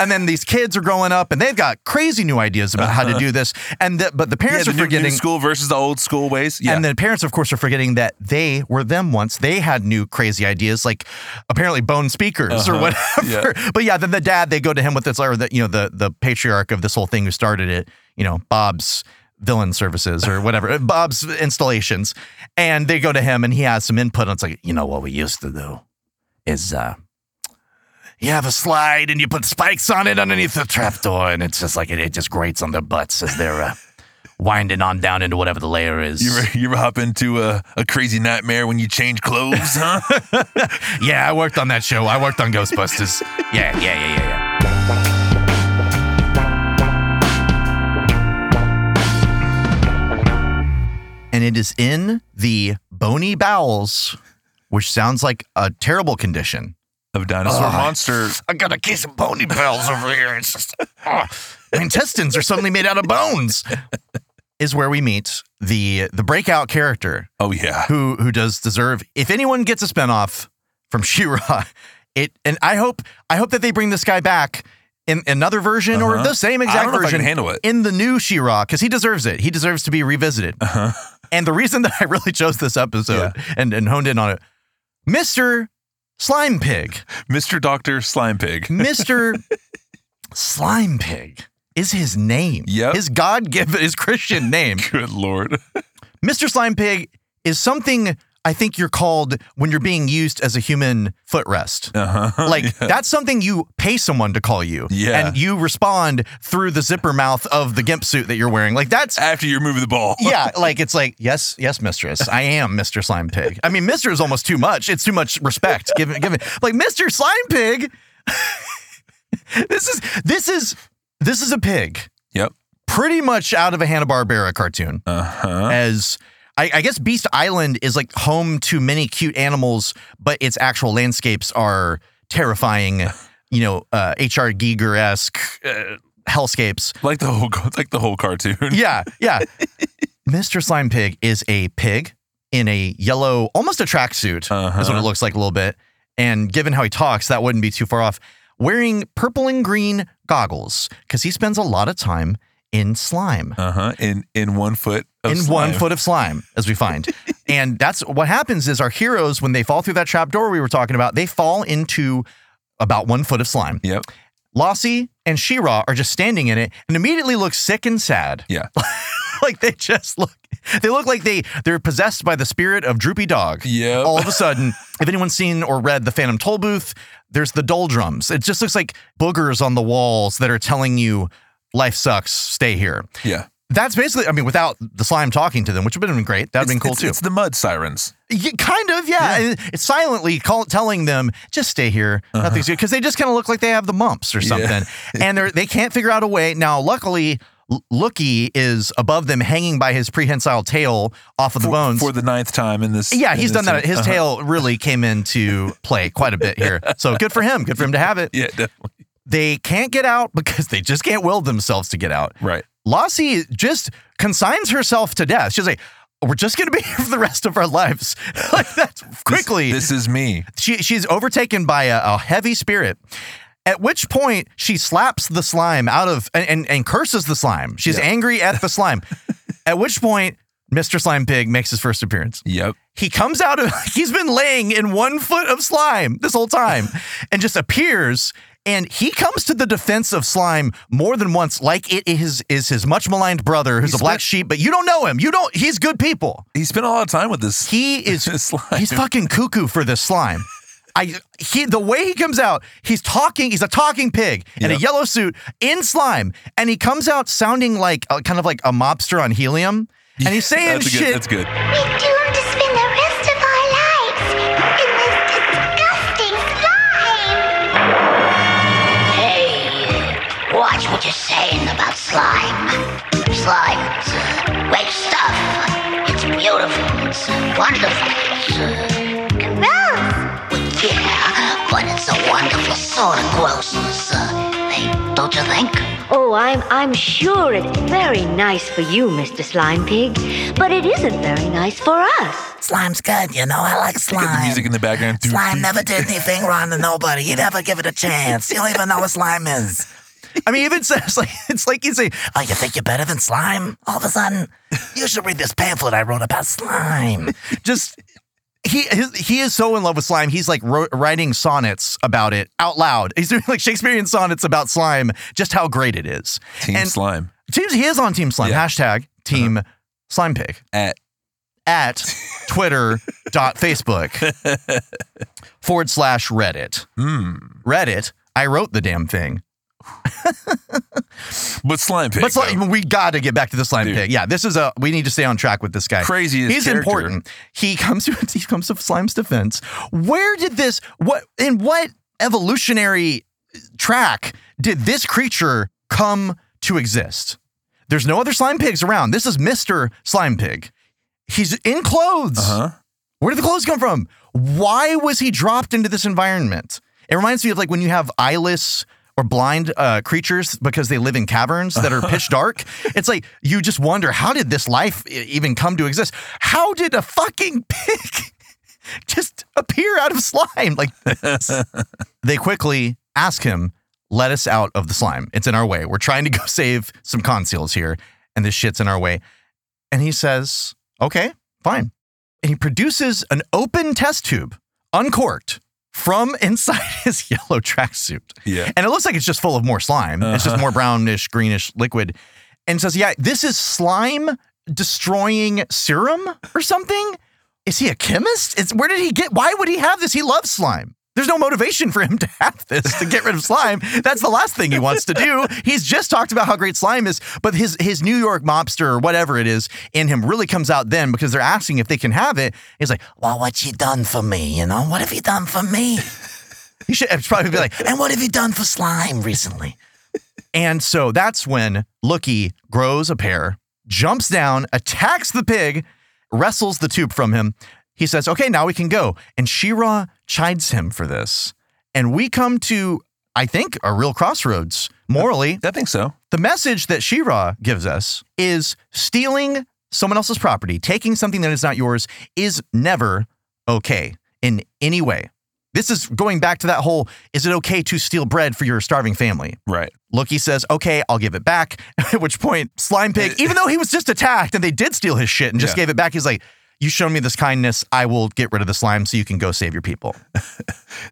[SPEAKER 1] And then these kids are growing up, and they've got crazy new ideas about how to do this. And the, but the
[SPEAKER 2] Uh-huh. Yeah,
[SPEAKER 1] parents
[SPEAKER 2] the
[SPEAKER 1] are
[SPEAKER 2] new, new
[SPEAKER 1] forgetting.
[SPEAKER 2] school versus the old school ways. Yeah,
[SPEAKER 1] And the parents, of course, are forgetting that they were them once. They had new crazy ideas, like apparently bone speakers or whatever. (laughs) But yeah, then the dad, they go to him with this, or the you know the the patriarch of this whole thing who started it. You know, Bob's villain services or whatever, Bob's installations, and they go to him, and he has some input. And it's like, you know, what we used to do is. uh you have a slide and you put spikes on it underneath the trapdoor, and it's just like it, it just grates on their butts as they're uh, winding on down into whatever the layer is.
[SPEAKER 2] you ever, you ever hop into a, a crazy nightmare when you change clothes,
[SPEAKER 1] (laughs)
[SPEAKER 2] huh?
[SPEAKER 1] Yeah, I worked on that show. I worked on Ghostbusters. Yeah, yeah, yeah, yeah, yeah. And it is in the bony bowels, which sounds like a terrible condition.
[SPEAKER 2] of dinosaur
[SPEAKER 1] Oh,
[SPEAKER 2] monster.
[SPEAKER 1] I got a case of bony bowels over here. It's just, oh, my intestines are suddenly made out of bones. Is where we meet the the breakout character
[SPEAKER 2] Oh yeah,
[SPEAKER 1] who who does deserve. If anyone gets a spinoff from Shira, it and I hope I hope that they bring this guy back in another version or
[SPEAKER 2] Uh-huh.
[SPEAKER 1] the same exact
[SPEAKER 2] I don't know if I
[SPEAKER 1] version
[SPEAKER 2] can handle it.
[SPEAKER 1] in the new Shira because he deserves it. He deserves to be revisited.
[SPEAKER 2] Uh-huh.
[SPEAKER 1] And the reason that I really chose this episode and and honed in on it, Mister Slime Pig,
[SPEAKER 2] Mr. Doctor Slime Pig. (laughs)
[SPEAKER 1] Mister Slime Pig. Is his name?
[SPEAKER 2] Yep.
[SPEAKER 1] His God given, his Christian
[SPEAKER 2] (laughs)
[SPEAKER 1] name.
[SPEAKER 2] Good
[SPEAKER 1] (laughs)
[SPEAKER 2] lord.
[SPEAKER 1] Mr. Slime Pig is something I think you're called when you're being used as a human footrest.
[SPEAKER 2] Uh-huh. (laughs)
[SPEAKER 1] Like that's something you pay someone to call you,
[SPEAKER 2] Yeah.
[SPEAKER 1] and you respond through the zipper mouth of the gimp suit that you're wearing. Like
[SPEAKER 2] (laughs)
[SPEAKER 1] that's
[SPEAKER 2] after you remove the ball.
[SPEAKER 1] yeah, like it's like yes, yes, mistress, I am Mr. Slime Pig. I mean, Mister is almost too much. It's too much respect. Give it, give it. Like Mr. Slime Pig. (laughs) this is this is this is a pig,
[SPEAKER 2] Yep.
[SPEAKER 1] pretty much out of a Hanna Barbera cartoon
[SPEAKER 2] Uh huh.
[SPEAKER 1] as I, I guess Beast Island is like home to many cute animals, but its actual
[SPEAKER 2] (laughs)
[SPEAKER 1] landscapes are terrifying. You know, uh, H.R. Giger esque uh, hellscapes.
[SPEAKER 2] Like the whole (laughs) like the whole cartoon.
[SPEAKER 1] Yeah,
[SPEAKER 2] (laughs)
[SPEAKER 1] yeah. Mr. Slime Pig is a pig in a yellow, almost a tracksuit,
[SPEAKER 2] Uh-huh.
[SPEAKER 1] is what it looks like a little bit. And given how he talks, that wouldn't be too far off. Wearing purple and green goggles because he spends a lot of time in slime,
[SPEAKER 2] Uh-huh. In in one foot of
[SPEAKER 1] in
[SPEAKER 2] slime.
[SPEAKER 1] one foot of slime, as we
[SPEAKER 2] (laughs)
[SPEAKER 1] find. and that's what happens is our heroes, when they fall through that trap door we were talking about, they fall into about one foot of slime.
[SPEAKER 2] Yep.
[SPEAKER 1] Lossie and Shira are just standing in it and immediately look sick and sad.
[SPEAKER 2] Yeah.
[SPEAKER 1] (laughs) like they just look they look like they they're possessed by the spirit of droopy dog
[SPEAKER 2] Yep.
[SPEAKER 1] all of a
[SPEAKER 2] (laughs)
[SPEAKER 1] sudden if anyone's seen or read the phantom toll booth there's the doldrums it just looks like boogers on the walls that are telling you life sucks stay here
[SPEAKER 2] yeah.
[SPEAKER 1] that's basically i mean without the slime talking to them which would have been great that would have been cool
[SPEAKER 2] it's,
[SPEAKER 1] too
[SPEAKER 2] It's the mud sirens.
[SPEAKER 1] Y- kind of yeah, It- it's silently call, telling them just stay here nothing's good because they just kind of look like they have the mumps or (laughs)
[SPEAKER 2] Yeah.
[SPEAKER 1] something and they're they can't figure out a way now luckily L- Looky is above them, hanging by his prehensile tail off of the
[SPEAKER 2] for,
[SPEAKER 1] bones.
[SPEAKER 2] for the ninth time in this.
[SPEAKER 1] Yeah,
[SPEAKER 2] in
[SPEAKER 1] he's
[SPEAKER 2] this
[SPEAKER 1] done that. His
[SPEAKER 2] series. Uh-huh.
[SPEAKER 1] tail really came into play quite a bit here. So good for him. Good for him to have (laughs) it.
[SPEAKER 2] Yeah, definitely.
[SPEAKER 1] They can't get out because they just can't will themselves to get out.
[SPEAKER 2] Right.
[SPEAKER 1] Lassie just consigns herself to death. She's like, we're just going to be (laughs) here for the rest of our lives. (laughs) like that's quickly.
[SPEAKER 2] This is me.
[SPEAKER 1] she, she's overtaken by a, a heavy spirit. At which point she slaps the slime out of and, and, and curses the slime. She's
[SPEAKER 2] Yeah.
[SPEAKER 1] angry at the
[SPEAKER 2] (laughs)
[SPEAKER 1] slime. at which point, Mr. Slime Pig makes his first appearance
[SPEAKER 2] Yep.
[SPEAKER 1] he comes out of (laughs) he's been laying in one foot of slime this whole time and just appears and he comes to the defense of slime more than once like it is is his much maligned brother who's
[SPEAKER 2] He's
[SPEAKER 1] a black
[SPEAKER 2] spent-
[SPEAKER 1] sheep but you don't know him you don't he's good people
[SPEAKER 2] He spent a lot of time with this. (laughs)
[SPEAKER 1] he is
[SPEAKER 2] This slime.
[SPEAKER 1] he's fucking cuckoo for this slime I he the way he comes out, he's talking. He's a talking pig in
[SPEAKER 2] Yep.
[SPEAKER 1] a yellow suit in slime, and he comes out sounding like a, kind of like a mobster on helium, and he's saying
[SPEAKER 2] (laughs) that's a
[SPEAKER 1] shit.
[SPEAKER 2] Good, that's good.
[SPEAKER 6] We're doomed to spend the rest of our lives in this disgusting slime.
[SPEAKER 3] Hey, watch what you're saying about slime. Slime's uh, great stuff. It's beautiful. It's wonderful. It's, uh,
[SPEAKER 6] Gross.
[SPEAKER 3] yeah, but it's a wonderful sort of grossness. Uh, hey, don't you think?
[SPEAKER 5] Oh, I'm I'm sure it's very nice for you, Mr. Slime Pig, but it isn't very nice for us.
[SPEAKER 7] Slime's good, you know. I like
[SPEAKER 2] Got the
[SPEAKER 7] slime.
[SPEAKER 2] music in the background.
[SPEAKER 7] Slime never did anything wrong to nobody. You never give it a chance. You don't even know what slime is.
[SPEAKER 1] I mean, even (laughs) says like it's like he's a
[SPEAKER 7] Oh, you think you're better than slime? All of a sudden, you should read this pamphlet I wrote about slime.
[SPEAKER 1] just he his, he is so in love with slime. He's like wrote, writing sonnets about it out loud. He's doing like Shakespearean sonnets about slime, just how great it is.
[SPEAKER 2] Team
[SPEAKER 1] and
[SPEAKER 2] Slime.
[SPEAKER 1] Teams, he is on Team Slime.
[SPEAKER 2] Yeah. Uh-huh.
[SPEAKER 1] Hashtag Team Slime Pig
[SPEAKER 2] At (laughs)
[SPEAKER 1] at twitter.facebook forward slash Reddit.
[SPEAKER 2] mm.
[SPEAKER 1] Reddit. I wrote the damn thing.
[SPEAKER 2] But Slime Pig.
[SPEAKER 1] But slime, we got to get back to the slime
[SPEAKER 2] Dude.
[SPEAKER 1] pig. Yeah, this is a. We need to stay on track with this guy.
[SPEAKER 2] Crazy as
[SPEAKER 1] He's
[SPEAKER 2] character.
[SPEAKER 1] important. He comes to he comes to Slime's defense. Where did this what in what evolutionary track did this creature come to exist? There's no other slime pigs around. This is Mr. Slime Pig. He's in clothes.
[SPEAKER 2] Uh huh.
[SPEAKER 1] Where did the clothes come from? Why was he dropped into this environment? It reminds me of like when you have eyeless or blind uh, creatures because they live in caverns that are pitch dark. It's like you just wonder how did this life e- even come to exist? How did a fucking pig (laughs) just appear out of slime like this? they quickly ask him, "Let us out of the slime. It's in our way. We're trying to go (laughs) save some conceals here, and this shit's in our way." And he says, "Okay, fine." and he produces an open test tube, uncorked, from inside (laughs) his yellow tracksuit.
[SPEAKER 2] Yeah.
[SPEAKER 1] And it looks like it's just full of more slime. It's just more brownish, greenish liquid. And says, Yeah, this is slime destroying serum or something. Is he a chemist? It's, where did he get? Why would he have this? He loves slime. There's no motivation for him to have this to get rid of slime. That's the last thing he wants to do. He's just talked about how great slime is, but his his New York mobster or whatever it is in him really comes out then because they're asking if they can have it. He's like,
[SPEAKER 7] Well, what you done for me, you know? What have you done for me?
[SPEAKER 1] (laughs) he should it's probably be like,
[SPEAKER 7] And what have you done for slime recently?
[SPEAKER 1] And so that's when Looky grows a pair, jumps down, attacks the pig, wrestles the tube from him. He says, "Okay, now we can go." And Shira chides him for this. And we come to I think, are real crossroads. Morally,
[SPEAKER 2] I think so.
[SPEAKER 1] the message that Shira gives us is stealing someone else's property, taking something that is not yours, is never okay in any way. This is going back to that whole is it okay to steal bread for your starving family?
[SPEAKER 2] Right.
[SPEAKER 1] Loki says, okay, I'll give it back. (laughs) At which point, Slime Pig, even though he was just attacked and they did steal his shit and just
[SPEAKER 2] Eh. Yeah.
[SPEAKER 1] gave it back, he's like, you shown me this kindness. I will get rid of the slime so you can go save your people.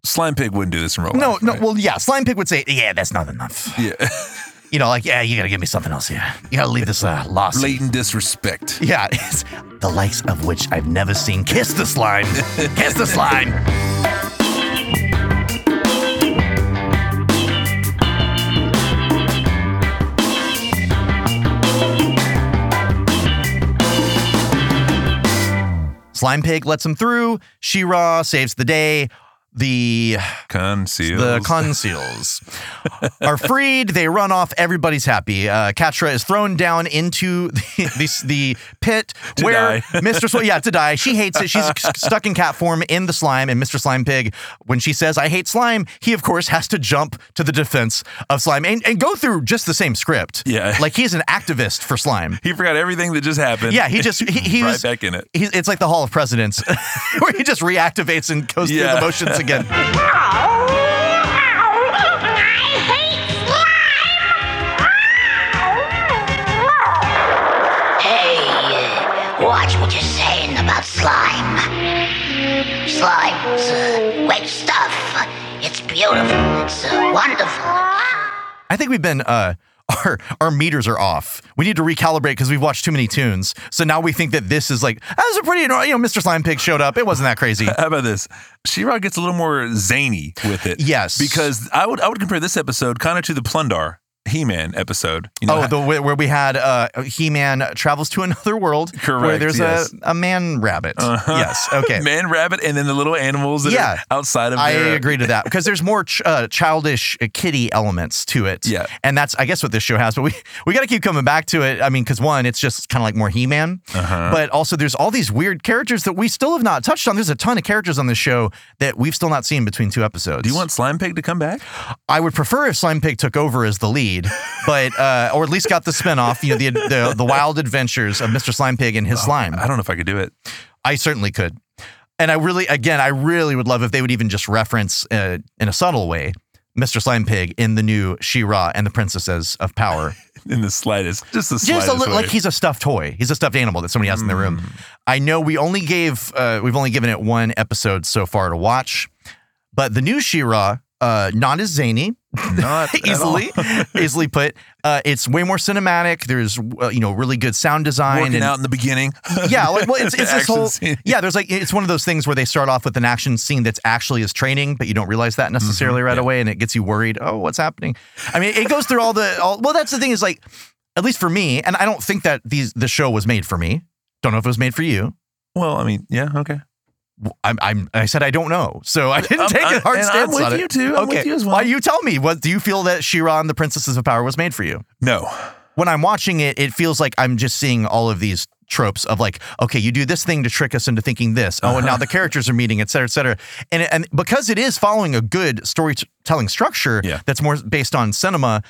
[SPEAKER 2] Slime Pig wouldn't do this in real
[SPEAKER 1] No,
[SPEAKER 2] life.
[SPEAKER 1] no.
[SPEAKER 2] right?
[SPEAKER 1] Well, yeah. Slime Pig would say, yeah, that's not enough.
[SPEAKER 2] yeah.
[SPEAKER 1] You know, like, yeah, you got to give me something else here. You got to leave this uh, lost.
[SPEAKER 2] Blatant disrespect.
[SPEAKER 1] (laughs) Yeah, it's the likes of which I've never seen. Kiss the slime. Kiss the slime. Slime Pig lets him through. She-Ra saves the day. The
[SPEAKER 2] Conceals.
[SPEAKER 1] the conceals are freed. They run off. Everybody's happy. Uh, Katra is thrown down into the (laughs) the, the pit
[SPEAKER 2] To
[SPEAKER 1] where
[SPEAKER 2] die.
[SPEAKER 1] (laughs) Mr. Slime, yeah, to die. She hates
[SPEAKER 2] (laughs)
[SPEAKER 1] it. She's s- stuck in cat form in the slime. And Mr. Slime Pig, when she says, I hate slime, he, of course, has to jump to the defense of slime and, and go through just the same script.
[SPEAKER 2] Yeah.
[SPEAKER 1] Like he's an activist for slime.
[SPEAKER 2] he forgot everything that just happened.
[SPEAKER 1] Yeah, he just
[SPEAKER 2] (laughs)
[SPEAKER 1] he, he
[SPEAKER 2] right
[SPEAKER 1] was-
[SPEAKER 2] back in it.
[SPEAKER 1] He, it's like the Hall of Presidents, (laughs) where he just reactivates and goes through
[SPEAKER 2] Yeah.
[SPEAKER 1] the motions again.
[SPEAKER 3] Hey, uh, watch what you're saying about slime. Slime's uh, wet stuff. It's beautiful. It's uh, wonderful.
[SPEAKER 1] I think we've been uh (laughs) our our meters are off. We need to recalibrate because we've watched too many tunes. So now we think that this is like that was a pretty annoying- you know Mr. Slime Pig showed up. It wasn't that
[SPEAKER 2] (laughs)
[SPEAKER 1] crazy.
[SPEAKER 2] How about this? She-Ra gets a little more zany with it.
[SPEAKER 1] Yes.
[SPEAKER 2] Because I would I would compare this episode kind of to the Plundar He-Man episode. You (laughs)
[SPEAKER 1] oh, the wh- where we had uh, He-Man travels to (laughs) another world. Where
[SPEAKER 2] Correct,
[SPEAKER 1] there's
[SPEAKER 2] yes.
[SPEAKER 1] a, a man rabbit.
[SPEAKER 2] Uh-huh.
[SPEAKER 1] Yes. Okay.
[SPEAKER 2] man rabbit and then the little animals that
[SPEAKER 1] Yeah.
[SPEAKER 2] are outside of
[SPEAKER 1] I
[SPEAKER 2] their
[SPEAKER 1] agree to that because there's more ch- uh, childish uh, kitty elements to it.
[SPEAKER 2] Yeah.
[SPEAKER 1] And that's, I guess, what this show has. But we, we got to keep coming back to it. I mean, because one, it's just kind of like more He Man.
[SPEAKER 2] Uh-huh.
[SPEAKER 1] But also, there's all these weird characters that we still have not touched on. There's a ton of characters on this show that we've still not seen between two episodes.
[SPEAKER 2] Do you want Slime Pig to come back?
[SPEAKER 1] I would prefer if Slime Pig took over as the lead, but uh, or at least got the spinoff, you know, the, the the wild adventures of Mr. Slime Pig and his slime.
[SPEAKER 2] I don't know if I could do it.
[SPEAKER 1] I certainly could. And I really, again, I really would love if they would even just reference uh, in a subtle way Mr. Slime Pig in the new She Ra and the Princesses of Power.
[SPEAKER 2] in the slightest, just the slightest.
[SPEAKER 1] Just a little,
[SPEAKER 2] way.
[SPEAKER 1] like (laughs) he's a stuffed toy. He's a stuffed animal that somebody has in the room. I know we only gave, uh, we've only given it one episode so far to watch, but the new She Ra, uh, not as zany,
[SPEAKER 2] not at all.
[SPEAKER 1] easily, (laughs) easily put. Uh, it's way more cinematic. There's, uh, you know, really good sound design.
[SPEAKER 2] (laughs) working
[SPEAKER 1] and-
[SPEAKER 2] out in the beginning.
[SPEAKER 1] (laughs) yeah, like well,
[SPEAKER 2] (laughs)
[SPEAKER 1] it's, it's this
[SPEAKER 2] Action
[SPEAKER 1] whole
[SPEAKER 2] scene.
[SPEAKER 1] yeah. There's like it's one of those things where they start off with an action scene that's actually is training, but you don't realize that necessarily
[SPEAKER 2] Mm-hmm.
[SPEAKER 1] right away, and it gets you worried. Oh, what's happening? I mean, it goes through all the all. Well, that's the thing is like, at least for me, and I don't think that these the show was made for me. Don't know if it was made for you.
[SPEAKER 2] Well, I mean, yeah, okay.
[SPEAKER 1] I'm, I'm I said I don't know, so I didn't
[SPEAKER 2] I'm-
[SPEAKER 1] take a
[SPEAKER 2] I'm-
[SPEAKER 1] hard
[SPEAKER 2] um, uh, and I'm
[SPEAKER 1] stance
[SPEAKER 2] with
[SPEAKER 1] on
[SPEAKER 2] you
[SPEAKER 1] it.
[SPEAKER 2] too. I'm with you as well.
[SPEAKER 1] Why you tell me? What do you feel that Shiran, the Princesses of Power, was made for you?
[SPEAKER 2] No,
[SPEAKER 1] when I'm watching it, it feels like I'm just seeing all of these tropes of like, okay, you do this thing to trick us into thinking this. Oh, and now the characters are meeting, et cetera, et cetera. And, and because it is following a good storytelling structure
[SPEAKER 2] Yeah.
[SPEAKER 1] that's more based on cinema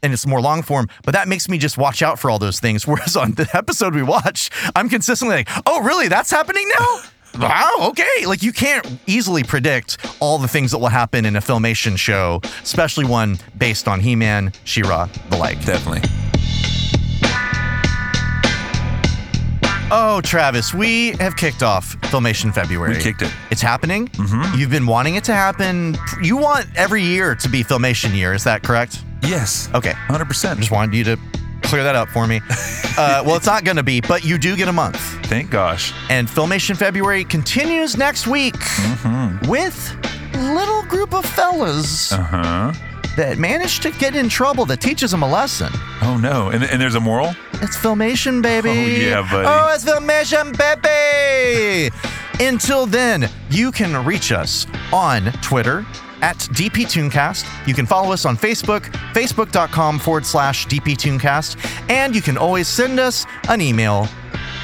[SPEAKER 1] and it's more long form, but that makes me just watch out for all those things. (laughs) Whereas on the episode we watched, I'm consistently like, oh, really? That's happening now? Wow, okay. Like you can't easily predict all the things that will happen in a filmation show, especially one based on He-Man, She-Ra, the like.
[SPEAKER 2] definitely.
[SPEAKER 1] Oh, Travis, we have kicked off Filmation February.
[SPEAKER 2] We kicked it.
[SPEAKER 1] It's happening. Mm-hmm. You've been wanting it to happen. You want every year to be Filmation year, is that correct?
[SPEAKER 2] Yes,
[SPEAKER 1] Okay.
[SPEAKER 2] hundred percent.
[SPEAKER 1] Just wanted you to clear that up for
[SPEAKER 2] (laughs)
[SPEAKER 1] me. Uh, well, it's not going to be, but you do get a month.
[SPEAKER 2] Thank gosh.
[SPEAKER 1] And Filmation February continues next week
[SPEAKER 2] Mm-hmm.
[SPEAKER 1] with little group of fellas
[SPEAKER 2] Uh huh.
[SPEAKER 1] that managed to get in trouble that teaches them a lesson.
[SPEAKER 2] Oh no, and, and there's a moral.
[SPEAKER 1] It's filmation, baby.
[SPEAKER 2] Oh, yeah, buddy.
[SPEAKER 1] Oh, it's filmation, baby. Until then, you can reach us on Twitter at DPTuneCast. You can follow us on Facebook, facebook.com forward slash DPTuneCast. And you can always send us an email,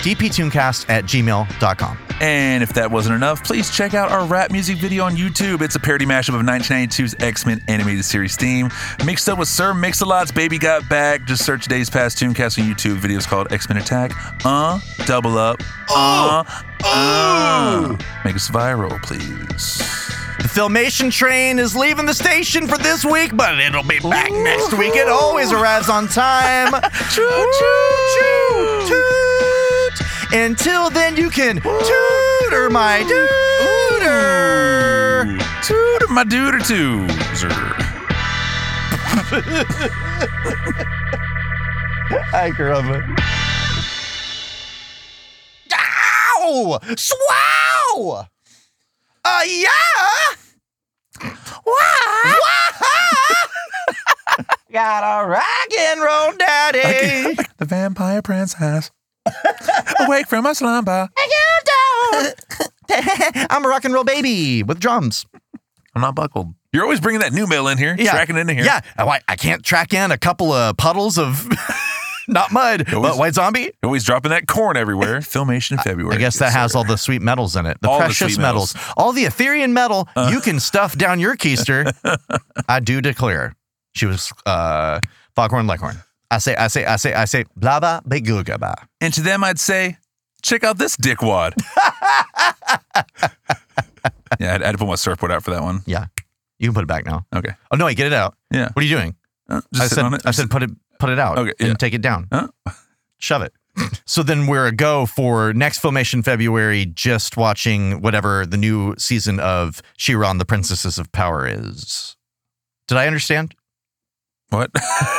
[SPEAKER 1] dptunecast at gmail.com.
[SPEAKER 2] And if that wasn't enough, please check out our rap music video on YouTube. It's a parody mashup of 1992's X Men animated series theme, mixed up with Sir Mix a Lot's Baby Got Back. Just search Days Past Tooncast on YouTube. Videos called X Men Attack. Uh, double up. Uh,
[SPEAKER 1] Oh.
[SPEAKER 2] uh. Make us viral, please.
[SPEAKER 1] The Filmation train is leaving the station for this week, but it'll be back next week. It always arrives on time. (laughs) choo choo toot. Until then, you can tutor my tutor.
[SPEAKER 2] Tooter my dude or er. two.
[SPEAKER 1] I grew up. Ow! Swow! Uh, yeah! Why? (laughs) Got a rock and roll daddy.
[SPEAKER 2] (laughs) The vampire princess. (laughs) Awake from my slumber.
[SPEAKER 1] (laughs) I'm a rock and roll baby with drums.
[SPEAKER 2] I'm not buckled. You're always bringing that new mail in here, tracking into here.
[SPEAKER 1] Yeah. Oh, I, I can't track in a couple of puddles of (laughs) not mud, but
[SPEAKER 2] was-
[SPEAKER 1] white zombie.
[SPEAKER 2] You're always dropping that
[SPEAKER 1] (laughs)
[SPEAKER 2] corn everywhere. Filmation in February.
[SPEAKER 1] I guess that
[SPEAKER 2] Yes,
[SPEAKER 1] has
[SPEAKER 2] sir.
[SPEAKER 1] all the sweet metals in it, the
[SPEAKER 2] All the
[SPEAKER 1] precious
[SPEAKER 2] sweet
[SPEAKER 1] metals.
[SPEAKER 2] metals. Uh.
[SPEAKER 1] all the Etherian metal you can stuff down your
[SPEAKER 2] (laughs)
[SPEAKER 1] keister. I do declare, she was uh, foghorn leghorn. I say, I say, I say, I say, blah blah beguga blah.
[SPEAKER 2] And to them, I'd say, check out
[SPEAKER 1] (laughs)
[SPEAKER 2] this dickwad. yeah, I had, I had to put my surfboard out for that one.
[SPEAKER 1] Yeah, you can put it back now.
[SPEAKER 2] Okay.
[SPEAKER 1] Oh no, wait, get it out.
[SPEAKER 2] Yeah.
[SPEAKER 1] What are you doing?
[SPEAKER 2] Uh,
[SPEAKER 1] I
[SPEAKER 2] just sit
[SPEAKER 1] said,
[SPEAKER 2] on it.
[SPEAKER 1] I said, put it, put it out.
[SPEAKER 2] Okay,
[SPEAKER 1] and
[SPEAKER 2] yeah.
[SPEAKER 1] take it down.
[SPEAKER 2] Huh?
[SPEAKER 1] Shove it. (laughs) so then we're a go for next filmation February. Just watching whatever the new season of
[SPEAKER 2] (laughs)
[SPEAKER 1] She-Ra and the Princesses of Power is. Did I understand?
[SPEAKER 2] What? (laughs)